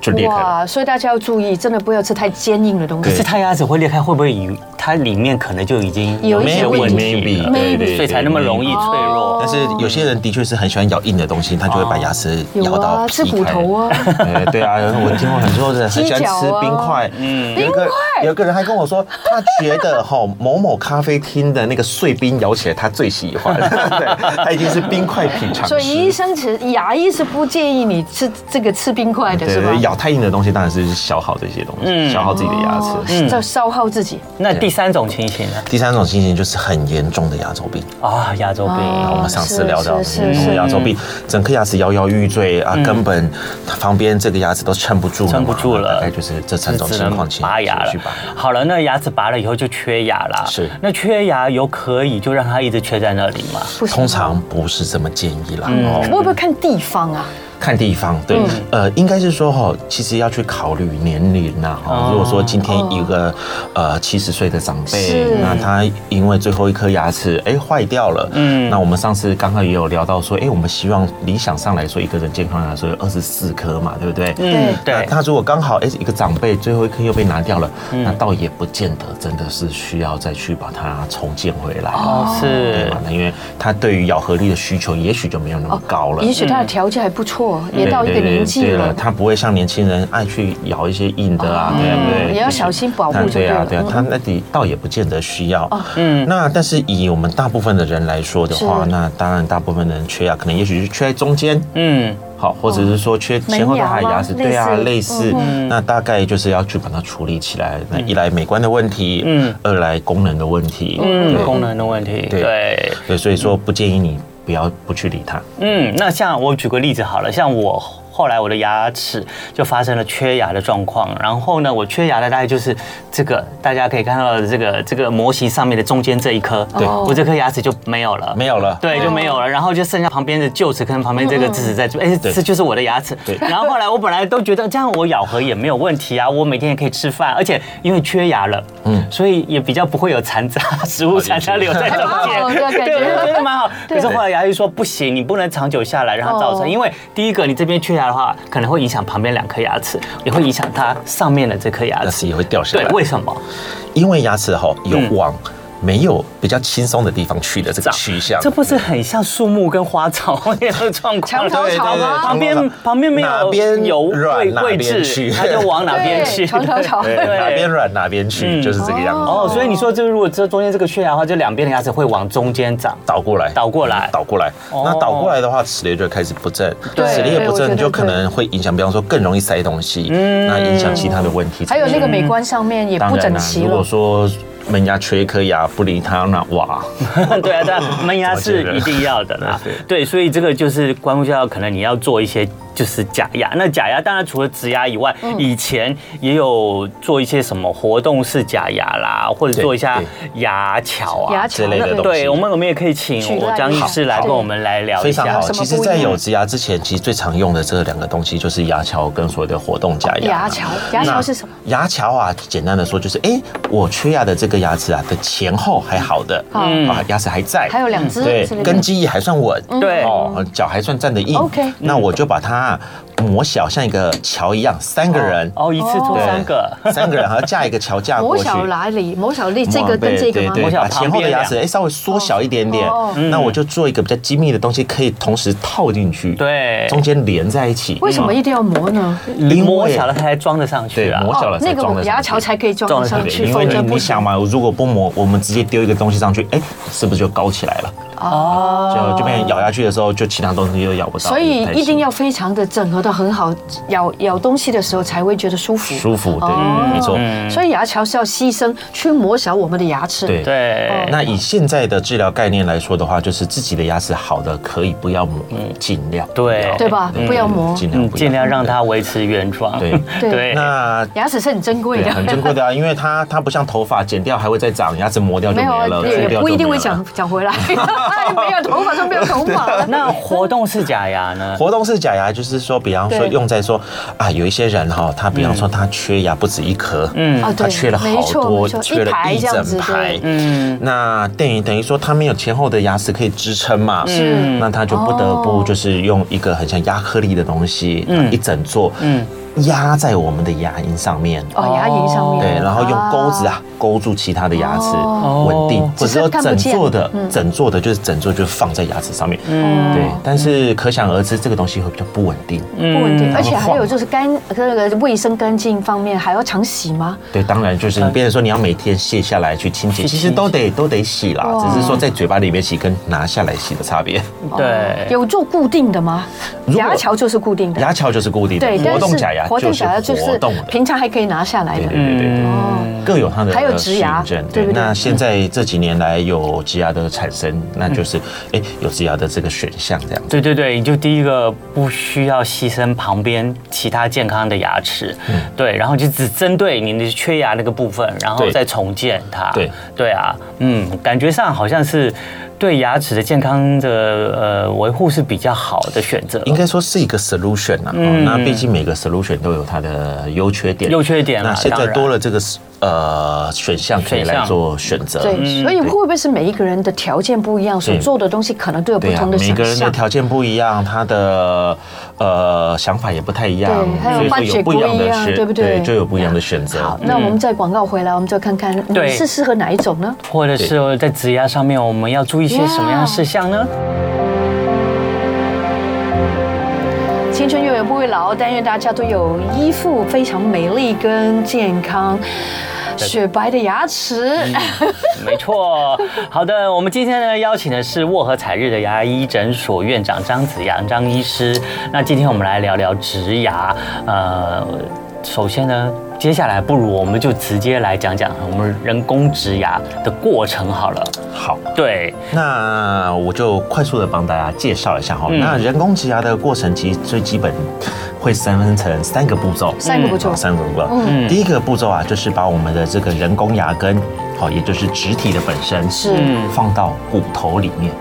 S4: 就裂开了。
S2: 哇，所以大家要注意，真的不要吃太坚硬的东
S3: 可
S2: 西
S4: 对。
S3: 是它牙齿会裂开，会不会以它里面可能就已经
S2: 有一
S3: 一
S2: 些哦
S3: 些问题
S4: maybe，
S3: 了，
S4: 对对
S2: maybe
S4: 对
S3: 所以才那么容易。脆弱？
S4: 但是有些人的确是很喜欢咬硬的东西，他就会把牙齿
S2: 有
S4: 咬到
S2: 啊，
S4: 劈
S2: 吃
S4: 开。
S2: 骨头啊，
S4: 哎，对啊，我听过很多人很喜欢吃冰块，
S3: 哦
S4: 嗯，有一个有一个人还跟我说，他觉得哈某某咖啡厅的那个碎冰咬起来他最喜
S3: *laughs*
S4: 欢，对，他已经是冰块品尝
S2: *laughs* 所以医
S4: 师。
S2: 生其实牙医是不建议你吃这个吃冰块的，
S4: 对
S2: 是吧
S4: 对，？咬太硬的东西当然是消耗这些东
S3: 嗯
S4: 西，消耗自己的牙
S3: 哦
S4: 齿。
S2: 哦
S4: 嗯
S2: 要消耗自己。
S3: 那第三种情形呢？
S4: 第三种情形就是很严重的牙周病，
S3: 啊，牙周
S4: 那
S3: 病
S2: 哦。
S4: 我们上次聊到
S2: 是是是
S4: 嗯牙周病，整颗牙齿摇摇欲坠啊，根本旁边这个牙齿都撑不住了
S3: 嗯
S4: 嘛，
S3: 撑不住了
S4: 大概就是这三种
S3: 只
S4: 情
S3: 能
S4: 况情
S3: 拔牙了
S4: 去拔。。
S3: 好了，那牙齿拔了以后就缺牙啦。
S4: 是
S3: 那缺牙有可以就让它一直缺在那里吗？
S2: 不行
S4: 通常不是这么建议啦。哦，
S2: 会不会看地方啊？
S4: 看地方，对，呃，应该是说哈，其实要去考虑年龄呐。哈，如果说今天一个呃七十岁的长辈
S2: 是，
S4: 那他因为最后一颗牙齿哎坏掉了，
S3: 嗯
S4: 嗯，那我们上次刚刚也有聊到说，哎，我们希望理想上来说，一个人健康来说有二十四颗嘛，对不对？
S2: 对
S4: 那
S3: 嗯对。
S4: 他如果刚好哎、一个长辈最后一颗又被拿掉了，那倒也不见得真的是需要再去把它重建回来。
S3: 哦，
S4: 对
S3: 是
S4: 吧？那因为他对于咬合力的需求也许就没有那么高了。
S2: 哦也许他的条件还不错，也到一个年纪
S4: 对
S2: 了
S4: 了，。他不会像年轻人爱去咬一些硬的啊，
S2: 哦
S4: 对不对？
S2: 也要小心保护
S4: 那
S2: 就对
S4: 对啊
S2: 了，
S4: 对啊
S2: 嗯，
S4: 他那里倒也不见得需要
S2: 哦。
S4: 嗯，那但是以我们大部分的人来说的话，
S2: 是
S4: 那当然大部分的人缺啊牙，可能也许是缺在中间，
S3: 嗯，
S4: 好，或者是说缺前后大海牙齿，
S2: 门牙吗
S4: 对啊，
S2: 类
S4: 类
S2: 似
S4: 似，
S3: 嗯
S4: 那大概就是要去把它处理起来。那一来美观的问题，
S3: 嗯
S4: 嗯，二来功能的问题，
S3: 嗯，
S4: 对
S3: 功能的问题，
S4: 对
S3: 对，
S4: 对，所以说不建议你不要不去理它。
S3: 嗯，那像我举个例子好了，像我后来我的牙齿就发生了缺牙的状况，然后呢，我缺牙的大概就是这个，大家可以看到的这个这个模型上面的中间这一颗，
S4: 对
S3: 我这颗牙齿就没有了，
S4: 没有了，
S3: 对，就没有
S2: 哦
S3: 了，然后就剩下旁边的臼齿跟旁边这
S2: 嗯
S3: 个智齿在这，哎，
S4: 对
S3: 这就是我的牙齿。
S4: 对
S3: 然后后来我本来都觉得这样我咬合也没有问题啊，我每天也可以吃饭，而且因为缺牙了，嗯
S4: 嗯，哦
S3: 所以也比较不会有残渣、 *laughs* 食物残渣留在中
S2: 还蛮好的
S3: 间，
S2: 感觉
S3: 对，我就觉得蛮好。
S2: 对
S3: 可是后来牙医说不行，你不能长久下来让它造
S2: 哦
S3: 成，因为第一个你这边缺牙的话，可能会影响旁边两颗牙齿，也会影响它上面的这颗牙
S4: 牙
S3: 齿
S4: 齿。也会掉下
S3: 对
S4: 来，。
S3: 为什么？
S4: 因为牙齿哈有
S3: 嗯
S4: 往没有比较轻松的地方去的这个趋向。
S3: 这不是很像树木跟花草 *laughs* 的状况
S2: 墙
S3: 吗？
S2: 头草吗？
S3: 旁边旁边没有
S4: 哪边
S3: 有
S4: 软
S3: 位
S4: 哪
S3: 位
S4: 边
S3: 置，
S4: 去
S3: 它就往哪边
S2: *laughs* 对
S3: 去。
S2: 墙头草
S4: *laughs* 对，
S3: 对
S4: 哪边软哪边去，
S3: 嗯
S4: 就是这个样子。
S3: 哦，所以你说，就是如果这中间这个缺牙的话，就两边的牙齿会往中间长。
S4: 倒过来，嗯
S3: 倒过来
S4: 倒过来。
S3: 哦
S4: 那倒过来的话，齿列就会开始不正，
S2: 对
S4: 齿列
S2: 对我
S4: 不
S2: 觉得
S4: 正就可能会影响，比方说更容易塞东西，那影响其他的问题。
S2: 还有那个美观上面也
S4: 当
S2: 不
S4: 然
S2: 整
S4: 啦
S2: 齐
S4: 如果
S2: 了。
S4: 说门牙缺一颗牙啊不理它，那
S3: *laughs*
S4: 哇，
S3: *laughs* 对啊，但门牙是一定要的啦
S4: 对。
S3: 对，所以这个就是关乎到可能你要做一些就是假牙。那假牙当然除了植牙以外，
S2: 嗯
S3: 以前也有做一些什么活动式假牙啦，或者做一下
S4: 对
S3: 牙桥啊
S2: 牙
S4: 之类的
S2: 对
S4: 东西。
S3: 对，我们我们也可以请
S2: 取
S3: 我
S2: 代
S3: 张医
S2: 好
S3: 师来
S2: 好
S3: 跟我们来聊一
S4: 非
S3: 下。
S4: 常好。
S2: 什么
S4: 其实，
S2: 不一
S4: 在
S2: 样
S4: 有植牙之前，其实最常用的这两个东西就是牙桥跟所谓的活动假牙。
S2: 牙桥，牙桥是什么？
S4: 牙桥啊，简单的说就是，哎、我缺牙的这个牙齿啊的前后还好的，
S2: 嗯
S4: 啊，牙齿还在，
S2: 还有两只
S4: 对
S2: 是不是，
S4: 根基还算稳，
S3: 对
S4: 哦，脚还算站得硬。
S2: 嗯 OK
S4: 那我就把它磨小，像一个桥一样，三个人，
S3: 哦，一次做
S4: 对
S3: 三个。
S4: 三个人，还要架一个桥架
S2: 某
S4: 过去。
S2: 小哪里？某小力这个跟
S4: 对
S2: 这个
S4: 对
S2: 吗？
S4: 对，
S3: 我想
S4: 把前后的牙齿
S3: 旁边嗯
S4: 哎稍微缩小一点点
S2: 哦哦，
S4: 那我就做一个比较精密的东西，可以同时套进去，
S3: 对
S4: 中间连在一起。
S2: 为什么一定要磨呢？
S4: 因为
S3: 摸小了它才装得上去
S4: 对
S3: 啊。
S4: 磨小了才
S2: 那
S4: 装
S2: 个
S4: 得
S2: 牙
S4: 上去
S2: 桥才可以
S3: 装
S2: 装
S3: 得上
S2: 上
S3: 去
S2: 去，
S4: 对，因
S2: 否
S4: 为
S2: 则
S4: 你
S2: 不
S4: 你
S2: 行
S4: 想。嘛，如果不磨，我们直接丢一个东西上去，哎，是不是就高起来了？
S3: 哦，
S4: 就就变成咬下去的时候，就其他东西又咬不到，
S2: 所以
S4: 就不太行
S2: 一定要非常的整合的很好，咬咬东西的时候才会觉得舒服。
S4: 舒服，对，
S2: 哦
S4: 没
S3: 嗯
S4: 错。
S2: 所以牙桥是要牺牲去磨小我们的牙齿。
S4: 对
S3: 对，
S4: 那以现在的治疗概念来说的话，就是自己的牙齿好的可以不要磨，尽量不要
S3: 嗯对
S2: 对吧啊不要磨
S4: 尽量
S3: 嗯，
S4: 不要
S3: 尽量让它维持原状。
S4: 对
S2: 对
S3: 对，
S4: 那
S2: 牙齿是很珍贵
S4: 对，
S2: 的。
S4: 很珍贵的啊，因为它它不像头发剪掉还会再长，牙齿磨掉就
S2: 没
S4: 没
S2: 有啊，也
S4: 了，蛀
S2: 也
S4: 掉就
S2: 不一定
S4: 没
S2: 会
S4: 了
S2: 讲讲
S4: *laughs*
S2: 回来，哎没有头发就没有头发
S4: 啊
S2: 了。
S3: 那活动式假牙呢？
S4: *laughs* 活动式假牙就是说，比方说
S2: 对
S4: 用在说啊，有一些人哈、他比方
S3: 嗯
S4: 说他缺牙不止一颗，嗯
S2: 啊对
S4: 他缺了
S2: 没
S4: 好
S2: 错
S4: 多
S2: 没，错
S4: 缺了
S2: 一排
S4: 一
S2: 这样子
S4: 整排
S2: 对，
S4: 嗯，那等于等于说他没有前后的牙齿可以支撑嘛，
S2: 是哦
S4: 那他就不得不就是用一个很像压克力的东西，嗯，一整座，嗯。压在我们的牙龈上面。
S2: 哦，牙龈上面。
S4: 对，然后用钩子
S2: 啊。
S4: 啊勾住其他的牙齿，
S2: 哦
S4: 稳定，或者
S2: 只是
S4: 说
S2: 看不
S4: 整
S2: 见
S4: 座的整座的，就是整座就放在牙齿上面。
S2: 嗯
S4: 对，但是可想而知，这个东西会比较不稳定。
S2: 不稳定，
S4: 嗯
S2: 而且还有就是干那个卫生干净方面还要常洗吗？
S4: 对，当然就是
S2: 嗯
S4: 你变成说你要每天卸下来去清洁，
S3: 去
S4: 其实
S3: 清
S4: 都得都得洗啦，
S2: 哇
S4: 只是说在嘴巴里面洗跟拿下来洗的差别。
S3: 对，
S2: 有做固定的吗？
S4: 如果
S2: 牙桥就是固定的，
S4: 牙桥就是固定的，
S2: 对，
S4: 活
S2: 但
S4: 动
S2: 是
S4: 假牙
S2: 活动
S4: 就是
S2: 假牙就
S4: 活
S2: 是
S4: 动的。
S2: 平常还可以拿下来
S4: 对对
S2: 的。
S4: 对
S3: 嗯
S4: 对对，
S2: 哦，
S4: 各有它的
S2: 还有
S4: 呃
S2: 植牙
S4: 适应症
S2: 对
S4: 对
S2: 不对
S4: 那现在这几年来有植牙的产生，那就是哎有植牙的这个选项这样子。
S3: 对对对，你就第一个不需要牺牲旁边其他健康的牙齿，
S4: 嗯
S3: 对，然后就只针对你的缺牙那个部分，然后
S4: 对
S3: 再重建它。
S4: 对
S3: 对啊，嗯，感觉上好像是对牙齿的健康的呃维护是比较好的选择。
S4: 应该说是一个 solution 啊，哦那毕竟每个 solution 都有它的优缺点，
S3: 嗯优缺点啦
S4: 那现
S3: 当
S4: 在
S3: 然
S4: 多了这个呃选项可以
S3: 选
S4: 来
S3: 项
S4: 做选择，
S2: 对，所以会不会是每一个人的条件不一样，所
S4: 嗯对
S2: 做的东西可能都有不
S4: 对呀，啊
S2: 同的
S4: 每
S2: 想
S4: 个人的
S2: 象？
S4: 条件不一样，他的呃想法也不太一样，
S2: 对还有
S4: 所以说
S2: 换血
S4: 有不一样
S2: 不一
S4: 的
S2: 样
S4: 选，
S2: 对不对
S4: 就有不一样的选择。
S2: 好，那我们在广告回来，我们就看看你
S3: 对
S2: 是适合哪一种呢？
S3: 或者是在植牙上面，我们要注意些什么样的事项呢？
S2: 青春永远不会老，但愿大家都有依附非常美丽跟健康。雪白的牙齿，
S3: *laughs* 没错，好的，我们今天呢邀请的是沃和彩日的牙医诊所院长张子阳张医师。那今天我们来聊聊植牙，呃，首先呢，接下来不如我们就直接来讲讲我们人工植牙的过程好了。
S4: 好，
S3: 对，
S4: 那我就快速的帮大家介绍一下哈。
S3: 嗯
S4: 那人工植牙的过程其实最基本会分成三个步骤，
S2: 三个步骤
S4: 好三个步骤。
S3: 嗯
S4: 第一个步骤啊，就是把我们的这个人工牙根，好，也就是植体的本身，
S2: 是
S4: 放到骨头里面。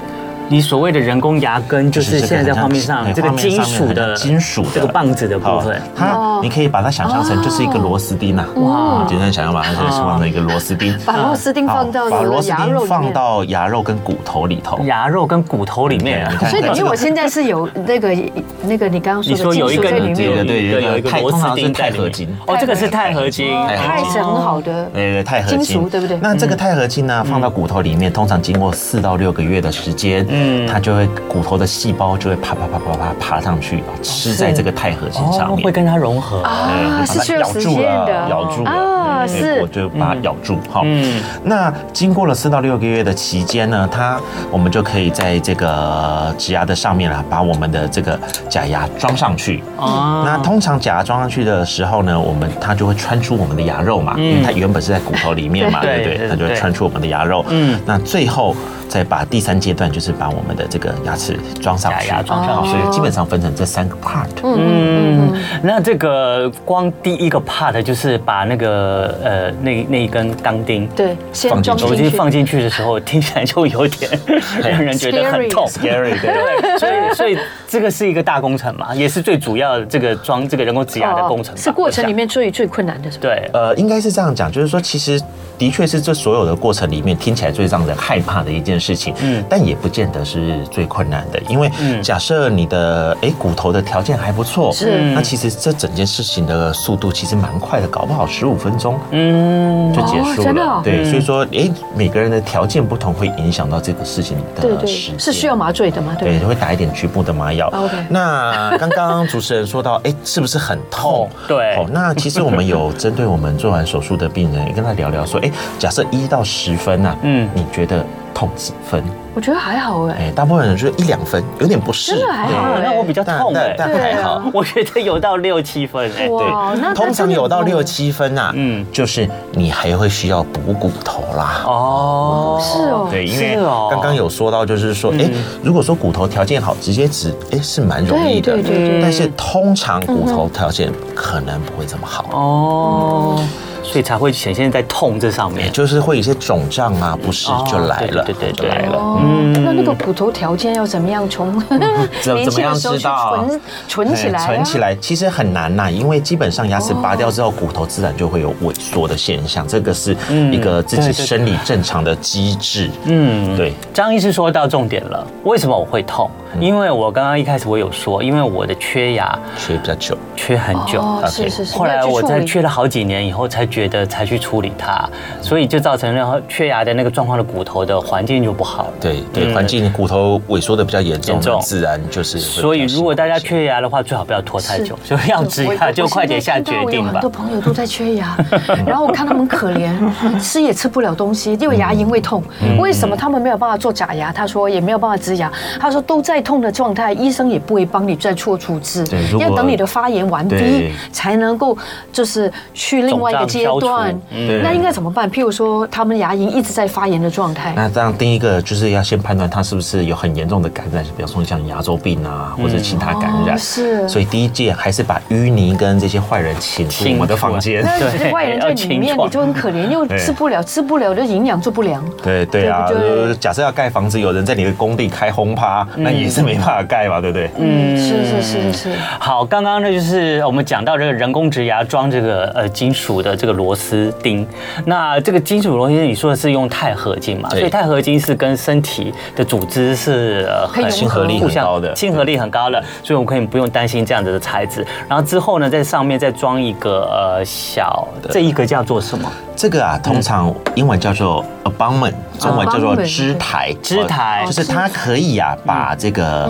S3: 你所谓的人工牙根，就是现在在画面上这
S4: 这
S3: 个
S4: 个
S3: 金属的
S4: 金属的
S3: 这个棒子的部分。
S4: 好
S2: 哦
S4: 它你可以把它想象成就是一个螺丝钉呐、
S3: 哇
S4: 哇，简单想象把它就是放成一个螺丝钉，
S2: 哦把螺丝钉
S4: 好
S2: 放到
S4: 把
S2: 你
S4: 螺
S2: 的
S4: 丝
S2: 牙
S4: 钉
S2: 肉里
S4: 放
S2: 面。
S4: 到牙肉跟骨头里头。
S3: 牙肉跟骨头里面啊，
S4: 对
S2: 所以等于
S4: 这个
S2: 我现在是有那个那个你刚刚
S3: 你
S2: 说
S3: 说
S2: 的
S3: 有
S2: 金
S3: 一
S2: 属
S3: 个
S2: 在里
S4: 这
S2: 面
S4: 个，对有一个
S3: 有一
S4: 钛
S3: 个螺丝
S4: 通常是
S3: 钉在
S4: 钛
S3: 里面
S4: 合金
S3: 哦，这个是钛合金，
S2: 哦钛是很好的
S4: 对对，钛合金，
S2: 金属对不嗯对
S4: 那这个钛合金呢，放到骨头里面，通常经过四到六个月的时间，
S3: 嗯
S4: 嗯，它就会骨头的细胞就会啪啪啪啪啪爬上去，哦吃在这个钛合金上
S3: 哦，
S4: 面
S3: 会。跟它融合。
S4: 对
S2: 啊，
S4: 把它
S2: 是需要
S4: 咬
S2: 时
S4: 住
S2: 间
S4: 了，
S2: 的，
S4: 咬住了
S2: 啊，
S4: 嗯
S2: 是
S4: 我就把它咬住。好
S3: 嗯，
S4: 那经过了四到六个月的期间呢，它我们就可以在这个植牙的上面啊，把我们的这个假牙装上去。
S3: 啊
S4: 那通常假牙装上去的时候呢，我们它就会穿出我们的牙肉嘛，因为它原本是在骨头里面嘛，
S3: 嗯对
S4: 对
S3: 对
S4: 不对？它就会
S3: 对
S4: 穿出我们的牙肉。
S3: 嗯
S4: 嗯，那最后再把第三阶段就是把我们的这个牙齿装上去，哦
S3: 假牙装上
S4: 去，所以基本上分成这三个 part。
S3: 嗯，那这个光第一个 part 就是把那个呃那那一根钢钉，
S2: 对，先
S4: 放进
S2: 装
S3: 手
S4: 去
S2: 进
S3: 机
S2: 去，
S3: 放进去的时候，听起来就有点让人觉得很痛。
S4: Scary，对。
S3: *laughs* 对，所以所以这个是一个大工程嘛，也是最主要的这个装这个人工植牙的工程吧，
S2: 哦是过程里面最最困难的，是
S3: 我
S2: 吧？
S3: 想对。
S4: 呃，应该是这样讲，就是说，其实的确是这所有的过程里面听起来最让人害怕的一件事情，
S3: 嗯
S4: 嗯，但也不见得是最困难的，因为假设你的诶骨头的条件还不错，
S2: 是
S4: 那其实这整件事情的速度其实蛮快的，搞不好十五分钟
S3: 嗯，
S4: 就结
S2: 哦
S4: 束
S2: 真的
S4: 了，
S2: 哦
S4: 对，所以说诶每个人的条件不同，会影响到这个事情
S2: 对
S4: 的
S2: 对
S4: 时，间，
S2: 是需要麻醉的嘛？对不
S4: 对，
S2: 对。啊
S4: 会打一点局部的麻药
S2: OK。
S4: 那刚刚主持人说到，哎，是不是很
S2: *laughs*
S4: 痛？
S3: 对
S4: 哦，那其实我们有针对我们做完手术的病人，也跟他聊聊说，哎，假设一到十分呐，
S3: 嗯
S4: 嗯，你觉得痛几分？
S2: 我觉得还好哎，
S4: 哎，大部分人就是一两分，有点不适。
S2: 真的还好
S3: 哦
S4: 对
S3: 那我比较
S4: 但
S3: 痛哎
S4: 但，但
S2: 对啊
S4: 还好。
S3: *laughs* 我觉得有到六七分哎，
S2: 哇
S4: 对
S2: 哦那那，
S4: 通
S2: 真
S4: 常
S2: 的
S4: 有到
S2: 很痛
S4: 六七分呐，
S3: 嗯
S4: 嗯，就是你还会需要补骨头啦。
S3: 哦，
S2: 是哦，
S4: 对，因为
S3: 是哦
S4: 刚刚有说到，就是说，
S3: 嗯
S4: 哎、如果说骨头条件好，直接植，哎，是蛮容易的。
S2: 对对对
S3: 对
S4: 但是通常骨头条件可能不会这么好，
S3: 哦，所以才会显现在痛这上
S4: 也
S3: 面。
S4: 就是会有一些肿胀啊，不适就来了，
S3: 哦对对对对
S4: 就来了。
S2: 哦，那那个骨头条件要怎么样从 *laughs*
S4: 嗯怎
S2: 年轻
S4: 怎么
S2: 的
S4: 样
S2: 时候去
S4: 知道
S2: 存存起来啊？
S4: 哎存起来其实很难呐、因为基本上牙齿拔掉之后，骨头自然就会有萎缩的现象，这个是一个自己
S3: 嗯对对对
S4: 生理正常的机制。
S3: 嗯
S4: 对，
S3: 张医师说到重点了，为什么我会痛？
S4: 嗯
S3: 因为我刚刚一开始我有说，因为我的缺牙
S4: 所以比较久。
S3: 缺很久，
S2: 哦，
S4: OK
S2: 是是是，
S3: 后来我在
S2: 再
S3: 缺了好几年以后，才觉得才去处理它，
S4: 嗯
S3: 所以就造成然后缺牙的那个状况的骨头的环境就不好了。
S4: 对对，环境骨头萎缩的比较严重，
S3: 严重
S4: 那自然就是会比较辛苦一些。
S3: 所以如果大家缺牙的话，最好不要拖太久，所以要植牙就快点下决定
S2: 我有
S3: 吧
S2: 很多。朋友都在缺
S3: *laughs*
S2: 牙，然后我看他们可怜，吃也吃不了东西，因为牙龈会痛。
S3: 嗯
S2: 为什么他们没有办法做假牙？他说也没有办法植牙，他说都在痛的状态，医生也不会帮你再做处置
S4: 对，如果
S2: 要等你的发炎完毕
S4: 对
S2: 才能够就是去另外一个阶
S3: 肿胀消
S2: 段
S3: 除。
S4: 嗯
S2: 那应该怎么办？譬如说他们牙龈一直在发炎的状态，
S4: 那这样第一个就是要先判断它是不是有很严重的感染，比方说像牙周病啊，
S3: 嗯
S4: 或者其他感染。
S2: 哦是
S4: 所以第一件还是把淤泥跟这些坏人请出我们的房间。
S2: 那
S3: 对
S2: 外人在里
S3: 要
S2: 面
S3: 清创
S2: 你就很可怜，又
S4: 对
S2: 吃不了，吃不了就营养就不良。
S4: 对对啊，
S2: 对不对
S4: 呃假设要盖房子，有人在你的工地开轰趴，那也是没办法盖嘛，对不对？
S2: 嗯，是是是是。
S3: 好，刚刚呢就是我们讲到这个人工植牙装这个呃金属的这个螺丝钉，那这个金属螺丝钉你说的是用钛合金嘛？
S4: 对
S3: 所以钛合金是跟身体的组织是呃
S2: 可以融合
S3: 很
S2: 亲和
S4: 力很高的
S3: 亲和力很高的，所以我们可以不用担心这样子的材质。然后之后呢，在上面再装一个呃小，这一个叫做什么？
S4: 这个啊，通常英文叫做
S3: 嗯哦
S4: abutment，中文叫做支台。
S3: 支哦台嗯
S4: 就是它可以啊，把这个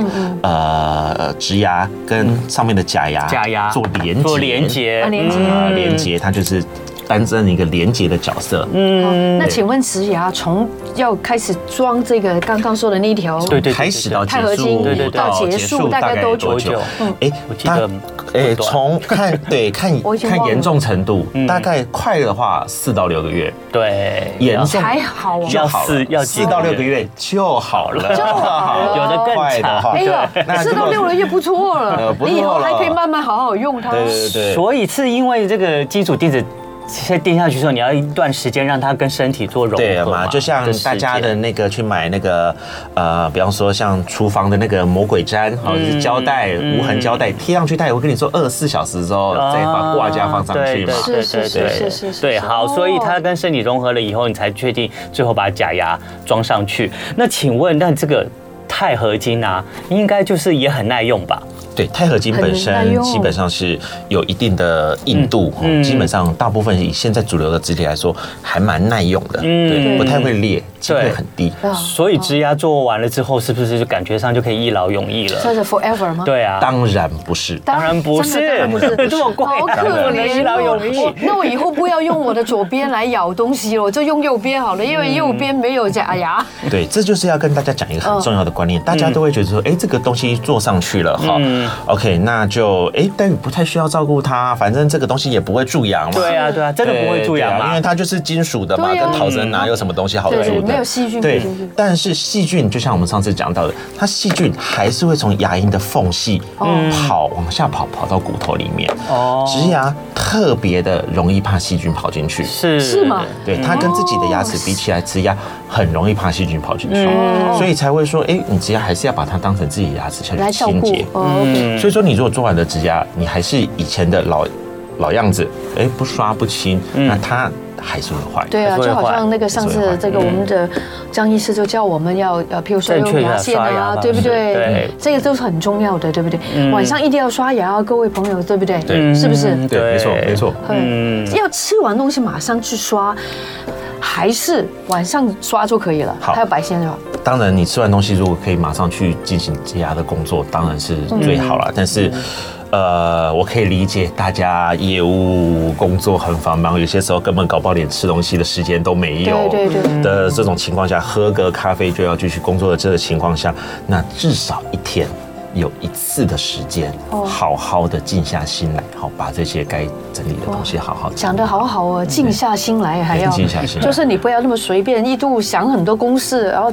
S4: 呃植牙跟上面的假牙
S3: 假牙
S4: 做连接
S3: 做连嗯接
S2: 啊，连接
S4: 啊，连接，它就是担任一个连接的角色。
S2: 嗯，那请问植牙从要开始装这个刚刚说的那一条，
S3: 对对
S4: 开始到结
S2: 钛合
S4: 束，
S2: 金
S4: 到
S2: 到结束大概多
S4: 有多
S2: 久？
S4: 久？哎，
S3: 嗯我记得
S4: 它哎，
S3: 不短 *laughs* 嗯
S4: 从看对看
S2: 我已经忘
S4: 看
S2: 了
S4: 严重程度，大概快的话四到六个月，
S3: 对，
S4: 严重
S2: 才好啊。
S3: 要四要
S4: 四到六个月就好了，
S2: 就好了
S4: *laughs*
S3: 有的更
S4: 快的
S3: 长
S4: 话，
S2: 哎呀
S4: 对，那
S2: 四
S4: 如
S2: 到
S4: 果
S2: 六个月不错了
S4: 呃，不错了
S2: 你以后还可以慢慢好好用它。
S4: 对对对，
S3: 所以是因为这个金属钉子先钉下去之后，你要一段时间让它跟身体做融
S4: 对
S3: 合嘛，
S4: 就像大家的那个去买那个呃，比方说像厨房的那个魔鬼毡，好、
S3: 嗯
S4: 就是胶带、无痕胶带贴上去，它也会跟你说二十四小时之后再
S3: 啊
S4: 放挂架放上去嘛。
S2: 是是是是是是
S3: 对，
S2: 是
S3: 好，
S2: 哦
S3: 所以它跟身体融合了以后，你才确定最后把假牙装上去。那请问，那这个钛合金啊，应该就是也很耐用吧？
S4: 对，钛合金本
S2: 很耐
S4: 身
S2: 用
S4: 基本上是有一定的硬度，哦
S3: 嗯
S4: 基本上大部分以现在主流的肢体来说，还蛮耐用的，
S3: 嗯
S4: 对，不太会裂，机会
S3: 对
S4: 很低。
S2: 哇
S3: 所以植牙做完了之后，是不是就感觉上就可以一劳永逸
S2: 这
S3: 了？
S2: 是 forever 吗？。
S3: *laughs* 对啊，
S4: 当然不是，
S3: 当然不是
S2: 真的当然不是
S3: *laughs*
S2: 哦
S3: 这么贵
S2: 好
S3: 当
S2: 可
S3: 然不是
S2: 怜
S3: 老
S2: 哦
S3: 友谊
S2: 我那我以后不要用我的左边来咬东西了，我就用右边好了，因
S3: 嗯
S2: 为右边没有假牙。
S4: 对，这就是要跟大家讲一个
S2: 哦
S4: 很重要的观念，大
S3: 嗯
S4: 家都会觉得说，哎、这个东西做上去了哈、o k 那就哎、但不太需要照顾它，反正这个东西也不会蛀牙嘛。
S3: 对啊，对啊，真的不会蛀
S4: 对
S3: 牙
S4: 啊因
S3: 嘛
S4: 为？它就是金属的嘛，
S2: 对啊
S4: 跟逃生哪有什么东西好蛀
S2: 对
S4: 的？
S2: 没有细菌没有
S4: 对
S2: 细菌，
S4: 但是细菌就像我们上次讲到的，它细菌还是会从牙龈的缝隙
S2: 哦
S4: 跑往下跑，跑到骨头里面。
S3: 哦
S4: 植牙特别的容易怕细菌跑进去。
S3: 是
S2: 是吗
S4: 对，它跟自己的牙齿比起来，植牙很容易怕细菌跑进去，
S2: 嗯
S4: 所以才会说，哎，你植牙还是要把它当成自己的牙齿
S3: 嗯
S4: 下
S2: 来
S4: 去
S2: 照
S4: 清
S2: 顾
S4: 洁。
S2: 哦，OK，
S4: 所以说，你如果做完了植牙，你还是以前的老老样子，哎，不刷不清，那它还是会坏。
S2: 嗯对啊，
S3: 还是会
S2: 就好
S3: 坏
S2: 像那个上
S4: 还是会
S2: 次
S4: 坏嗯
S2: 这个我们的张医师就叫我们要呃，譬如说
S3: 正确
S2: 用
S3: 地
S2: 牙线
S3: 刷牙
S2: 啊，
S3: 吧
S2: 对不对？
S3: 对
S2: 这个都是很重要的，对不对？晚上一定要刷牙啊，各位朋友，对不对？
S4: 嗯对
S2: 是不是？
S3: 嗯
S4: 对，没错没错。
S2: 嗯，要吃完东西马上去刷，还是晚上刷就可以了？
S4: 好
S2: 还有白天就好。
S4: 当然，你吃完东西如果可以马上去进行植牙的工作，当然是
S2: 嗯
S4: 最好了。但是，呃，我可以理解大家业务工作很繁忙，有些时候根本搞不好连吃东西的时间都没有。
S2: 对对对
S4: 的这种情况下，喝个咖啡就要继续工作的这个情况下，那至少一天。有一次的时间，
S2: 哦
S4: 好好的静下心来，好把这些该整理的东西好好整
S2: 讲
S4: 理
S2: 得好好哦，静下心来还要，
S4: 对静下心来
S2: 就是你不要那么随便，一度想很多公式，然后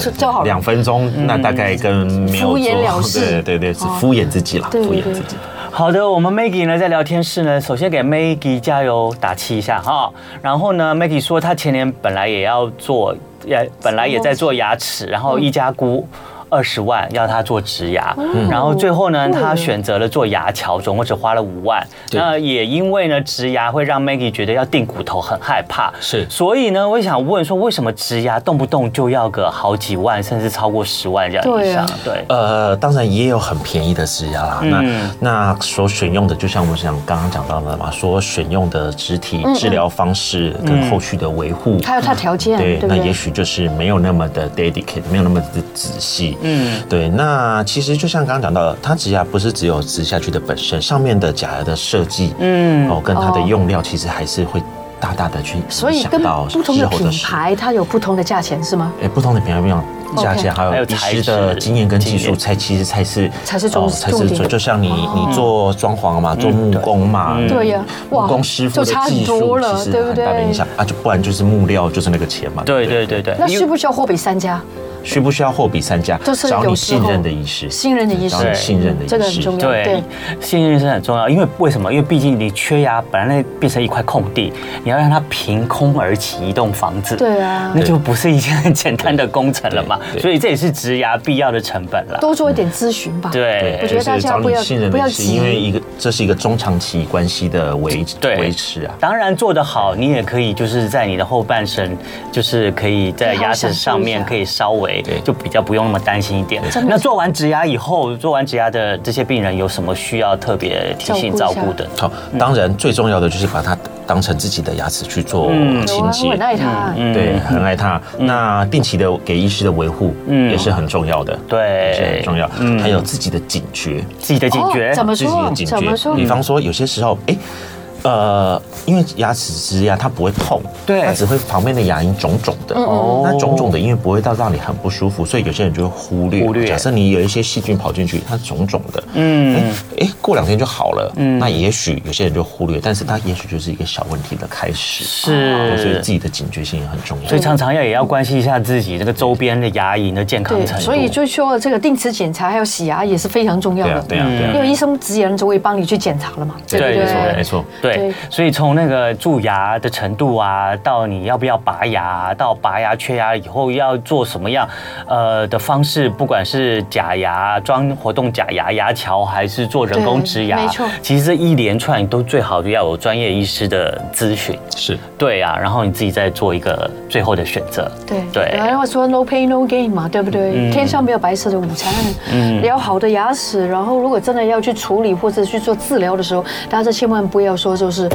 S2: 就就好了嗯
S4: 两。分钟，那大概跟没有
S2: 敷衍
S4: 做
S2: 了事哦
S4: 对对对，是敷衍自己啦，
S2: 对
S4: 敷
S2: 对
S4: 衍
S2: 对
S4: 自己。
S3: 好的，我们 Maggie 呢在聊天室呢，首先给 Maggie 加油打气一下哈。然后呢，Maggie 说她前年本来也要做，也本来也在做牙齿，然后一家姑。二十万要他做植牙，然后最后呢，他选择了做牙桥，总共只花了五万。
S4: 对
S3: 那也因为呢，植牙会让 Maggie 觉得要定骨头很害怕，
S4: 是
S3: 所以呢，我也想问说，为什么植牙动不动就要个好几万，甚至超过十万这样以
S2: 对
S3: 上
S2: 啊？
S3: 对，
S4: 呃，当然也有很便宜的植牙啦。
S2: 嗯
S4: 那那所选用的，就像我们想刚刚讲到的嘛，说选用的植体治疗方式跟后续的维护，
S2: 嗯还有它条件，
S4: 嗯对
S2: 对，不
S4: 那也
S2: 对？
S4: 许就是没有那么的 dedicate，没有那么的仔细。
S3: 嗯
S4: 嗯，对。那其实就像刚刚讲到的，它植牙不是只有植下去的本身，上面的假牙的设计，嗯，哦，跟它的
S2: 哦
S4: 用料其实还是会大大的去
S2: 所
S4: 影
S2: 以跟
S4: 响到
S2: 不同
S4: 之
S2: 的
S4: 后
S2: 品
S4: 的使用。
S2: 牌，它有不同的价钱是吗？
S4: 哎，不同的品牌不一样，价钱还
S3: 还有
S4: 有医
S3: 材
S4: 师的
S3: 质
S4: 经验跟技
S3: 经
S4: 术，
S3: 验
S4: 才其实才是
S2: 才是重
S4: 哦才
S2: 重
S4: 是
S2: 点哦
S4: 就就像你你做装潢嘛，
S3: 嗯
S4: 做木工嘛，
S2: 对呀
S4: 木
S2: 哇
S4: 工师傅
S2: 就
S4: 的
S2: 差很
S4: 技术
S2: 多了
S4: 其实
S2: 对不
S4: 很大的
S2: 对
S4: 影响啊，就不然就是木料就是那个钱嘛。
S3: 对对对对，
S2: 那
S3: 因
S2: 需
S3: 为
S2: 不需要货比三家？
S4: 需不需要货比三家？
S2: 就是
S4: 找
S2: 有
S4: 你
S2: 时候
S4: 信任的医师，
S2: 信任的医师
S4: 找你信任的医师，
S2: 这个很重要
S3: 对
S2: 对，
S3: 信任是很重要，因为为什么？因为毕竟你缺牙，本来那变成一块空地，你要让它凭空而起一栋房子，
S2: 对啊
S3: 那就不是一件很简单的工程了嘛
S4: 对。对
S3: 所以这也是植牙必要的成本了。
S2: 多做一点咨询吧。
S4: 啊
S3: 对
S2: 我觉
S4: 就
S2: 得大
S4: 是
S2: 家
S4: 找
S2: 不
S4: 你
S2: 要
S4: 信任
S2: 不
S4: 的
S2: 要
S4: 医师，
S2: 急
S4: 因为一个这是一个中长期关系的维
S3: 对
S4: 维持啊。
S3: 当然做得好，你也可以就是在你的后半生，就是可以在牙齿上面可以稍微
S4: 对
S3: 就比较不用那么担心一点
S2: 真。的
S3: 那做完植牙以后，做完植牙的这些病人有什么需要特别提醒照
S2: 照顾一下
S3: 顾的？
S4: 好，当然最重要的就是把它当成自己的牙齿去做清
S2: 啊嗯我
S4: 洁
S2: 很。爱嗯他，哦
S4: 对，很爱它。那定期的给医师的维护，
S3: 嗯
S4: 也是很重要的，
S3: 对嗯
S4: 也是很重要。
S2: 嗯
S4: 还有自己的警觉，
S3: 自己的警觉
S2: 哦，怎么
S4: 自己
S2: 说
S4: 的？警
S2: 怎么
S4: 觉。
S2: 说
S4: 比？方说，有些时候，哎，呃，因为牙齿植牙它不会痛，
S3: 对
S4: 它只会旁边的牙龈肿肿的。
S3: 嗯
S4: 哦，那肿肿的，因为不会到让你很不舒服，所以有些人就会忽略。
S3: 忽略
S4: 假设你有一些细菌跑进去，它肿肿的，
S3: 嗯
S4: 嗯，哎，过两天就好了。那也许有些人就忽略，但是它也许就是一个小问题的开始。哦
S3: 是
S4: 所以自己的警觉性也很重要。
S3: 所以常常要也要关心一下自己这个周边的牙龈的健康
S2: 对
S3: 程，度。
S2: 所以就说这个定期检查还有洗牙也是非常重要
S4: 对啊
S2: 的，，嗯
S4: 对啊，对啊
S2: 因。为医生直言就会帮你去检查了嘛，对不
S3: 嗯对
S4: 没错，
S2: 对
S4: 没？错。
S3: 对
S2: 对，
S3: 所以从那个蛀牙的程度啊，到你要不要拔牙，到拔牙缺牙以后要做什么样呃的方式，不管是假牙装活动假牙、牙桥，还是做人工
S2: 对
S3: 植牙，
S2: 没错
S3: 其实这一连串都最好要有专业医师的咨询。
S4: 是，
S3: 对啊，然后你自己再做一个最后的选择。
S2: 对
S3: 对
S2: 然后说 no pain no gain 嘛，对不
S4: 嗯
S2: 对？天上没有白吃的午餐。你要好的牙齿，然后如果真的要去处理或者去做治疗的时候，大家千万不要说就是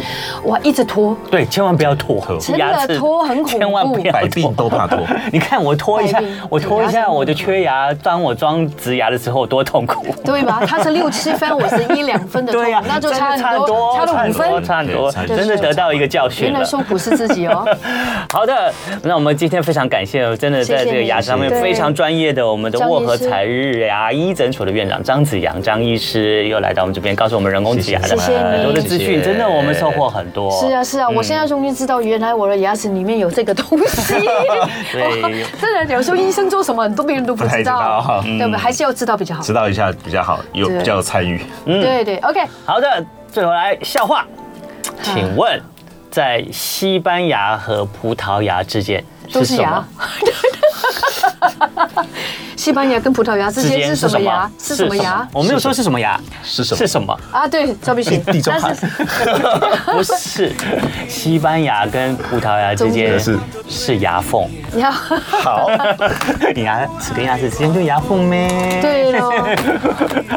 S2: 哇一直拖，
S3: 对，千万不要拖
S2: 真的拖很恐怖
S3: 千万不要
S4: 百
S3: 拖
S4: 病。都怕
S3: *laughs*
S4: 拖。
S3: 你看我拖一下
S2: 百病，
S3: 我拖一
S2: 牙
S3: 下
S2: 齿
S3: 我的缺牙，当我装植牙的时候多痛苦。
S2: 对吧？他是六七分，我是一两分的痛，
S3: 对呀、
S2: *laughs* 那就
S3: 真的
S2: 差很多，差了五分。
S3: 差很多，
S4: 对差很
S2: 多
S3: 真的得到一个教训
S2: 原来
S3: 了。
S2: 受苦是自己哦。
S3: *laughs* 好的，那我们今天非常感谢，真的在这个牙上面
S2: 谢谢你
S3: 非常专业的我们的
S2: 张医师
S3: 沃和彩日牙医诊所的院长张子阳张医师又来到我们这边，告诉我们人工植牙的
S2: 谢谢
S3: 很多的资
S4: 谢
S3: 讯，
S4: 谢
S3: 真的我们收获很多。
S2: 是啊，是啊，我现在终于知道，原来我的牙齿里面有这个东西。
S3: 对
S2: 真的，有时候医生做什么，很多病人都不
S4: 不太
S2: 知
S4: 知
S2: 道
S4: 道，
S2: 对不对？还是要知道比较好
S4: 知。道一下比较好，有
S2: 对
S4: 比较有参与。
S2: 对对，OK。
S3: 好的，最后来笑话，
S2: 啊
S3: 请问在西班牙和葡萄牙之间
S2: 都
S3: 是
S2: 是
S3: 什
S2: 牙
S3: 么？。
S2: *laughs* 西班牙跟葡萄牙之间是什么牙？是什么牙？
S3: 我没有说是什么牙，
S4: 是什么
S3: 是什么？ *laughs*
S2: 啊，对，对不起，
S4: 地中海
S2: 但是 *laughs*
S3: 不是，西班牙跟葡萄牙之间
S4: 中
S3: 是牙缝，
S2: 你要
S4: 好，
S3: *laughs* 你牙齿跟牙齿之间就牙缝咩？
S2: *laughs* 对
S3: *laughs*
S2: 喽，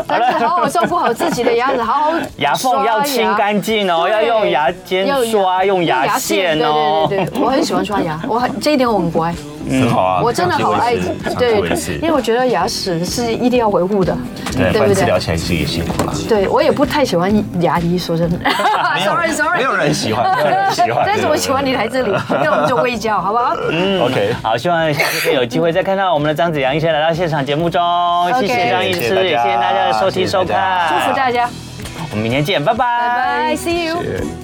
S2: 但是好好照顾好自己的牙齿，好好
S3: *laughs* 牙缝要清干净哦，
S2: 刷
S3: 要
S2: 牙
S3: 用牙尖刷，用牙线哦。
S2: 对对对对，我很喜欢刷牙，我很这一点我很乖，
S4: 很好啊，
S2: 嗯我真的好爱
S3: 哦
S4: 长期维持，
S2: 对
S4: 长期维，持
S2: 因为我觉得牙齿是一定要维护的，
S4: 对，不
S2: 不
S4: 然治疗
S2: 对？
S4: 起来是也辛苦了。
S2: 对我也不太喜欢牙医，说
S3: *laughs*
S2: 真的 *laughs* ，sorry
S4: 没
S2: sorry，
S4: 有人喜欢，没有人喜欢。
S2: *laughs* 但是我喜欢你来这里，那我们就微笑，好不
S3: *laughs*
S2: 好？
S4: OK，
S3: *laughs* 好，希望下次有机会再看到我们的张子阳医生来到现场节目中。谢谢
S2: OK
S3: 张医师，
S4: 谢谢大家
S3: 也谢谢大家的收听
S4: 谢谢
S3: 收
S4: 大
S3: 看，
S4: 家
S2: 祝福大家，
S3: 我们明天见，拜拜
S2: 拜拜，See you。
S4: 对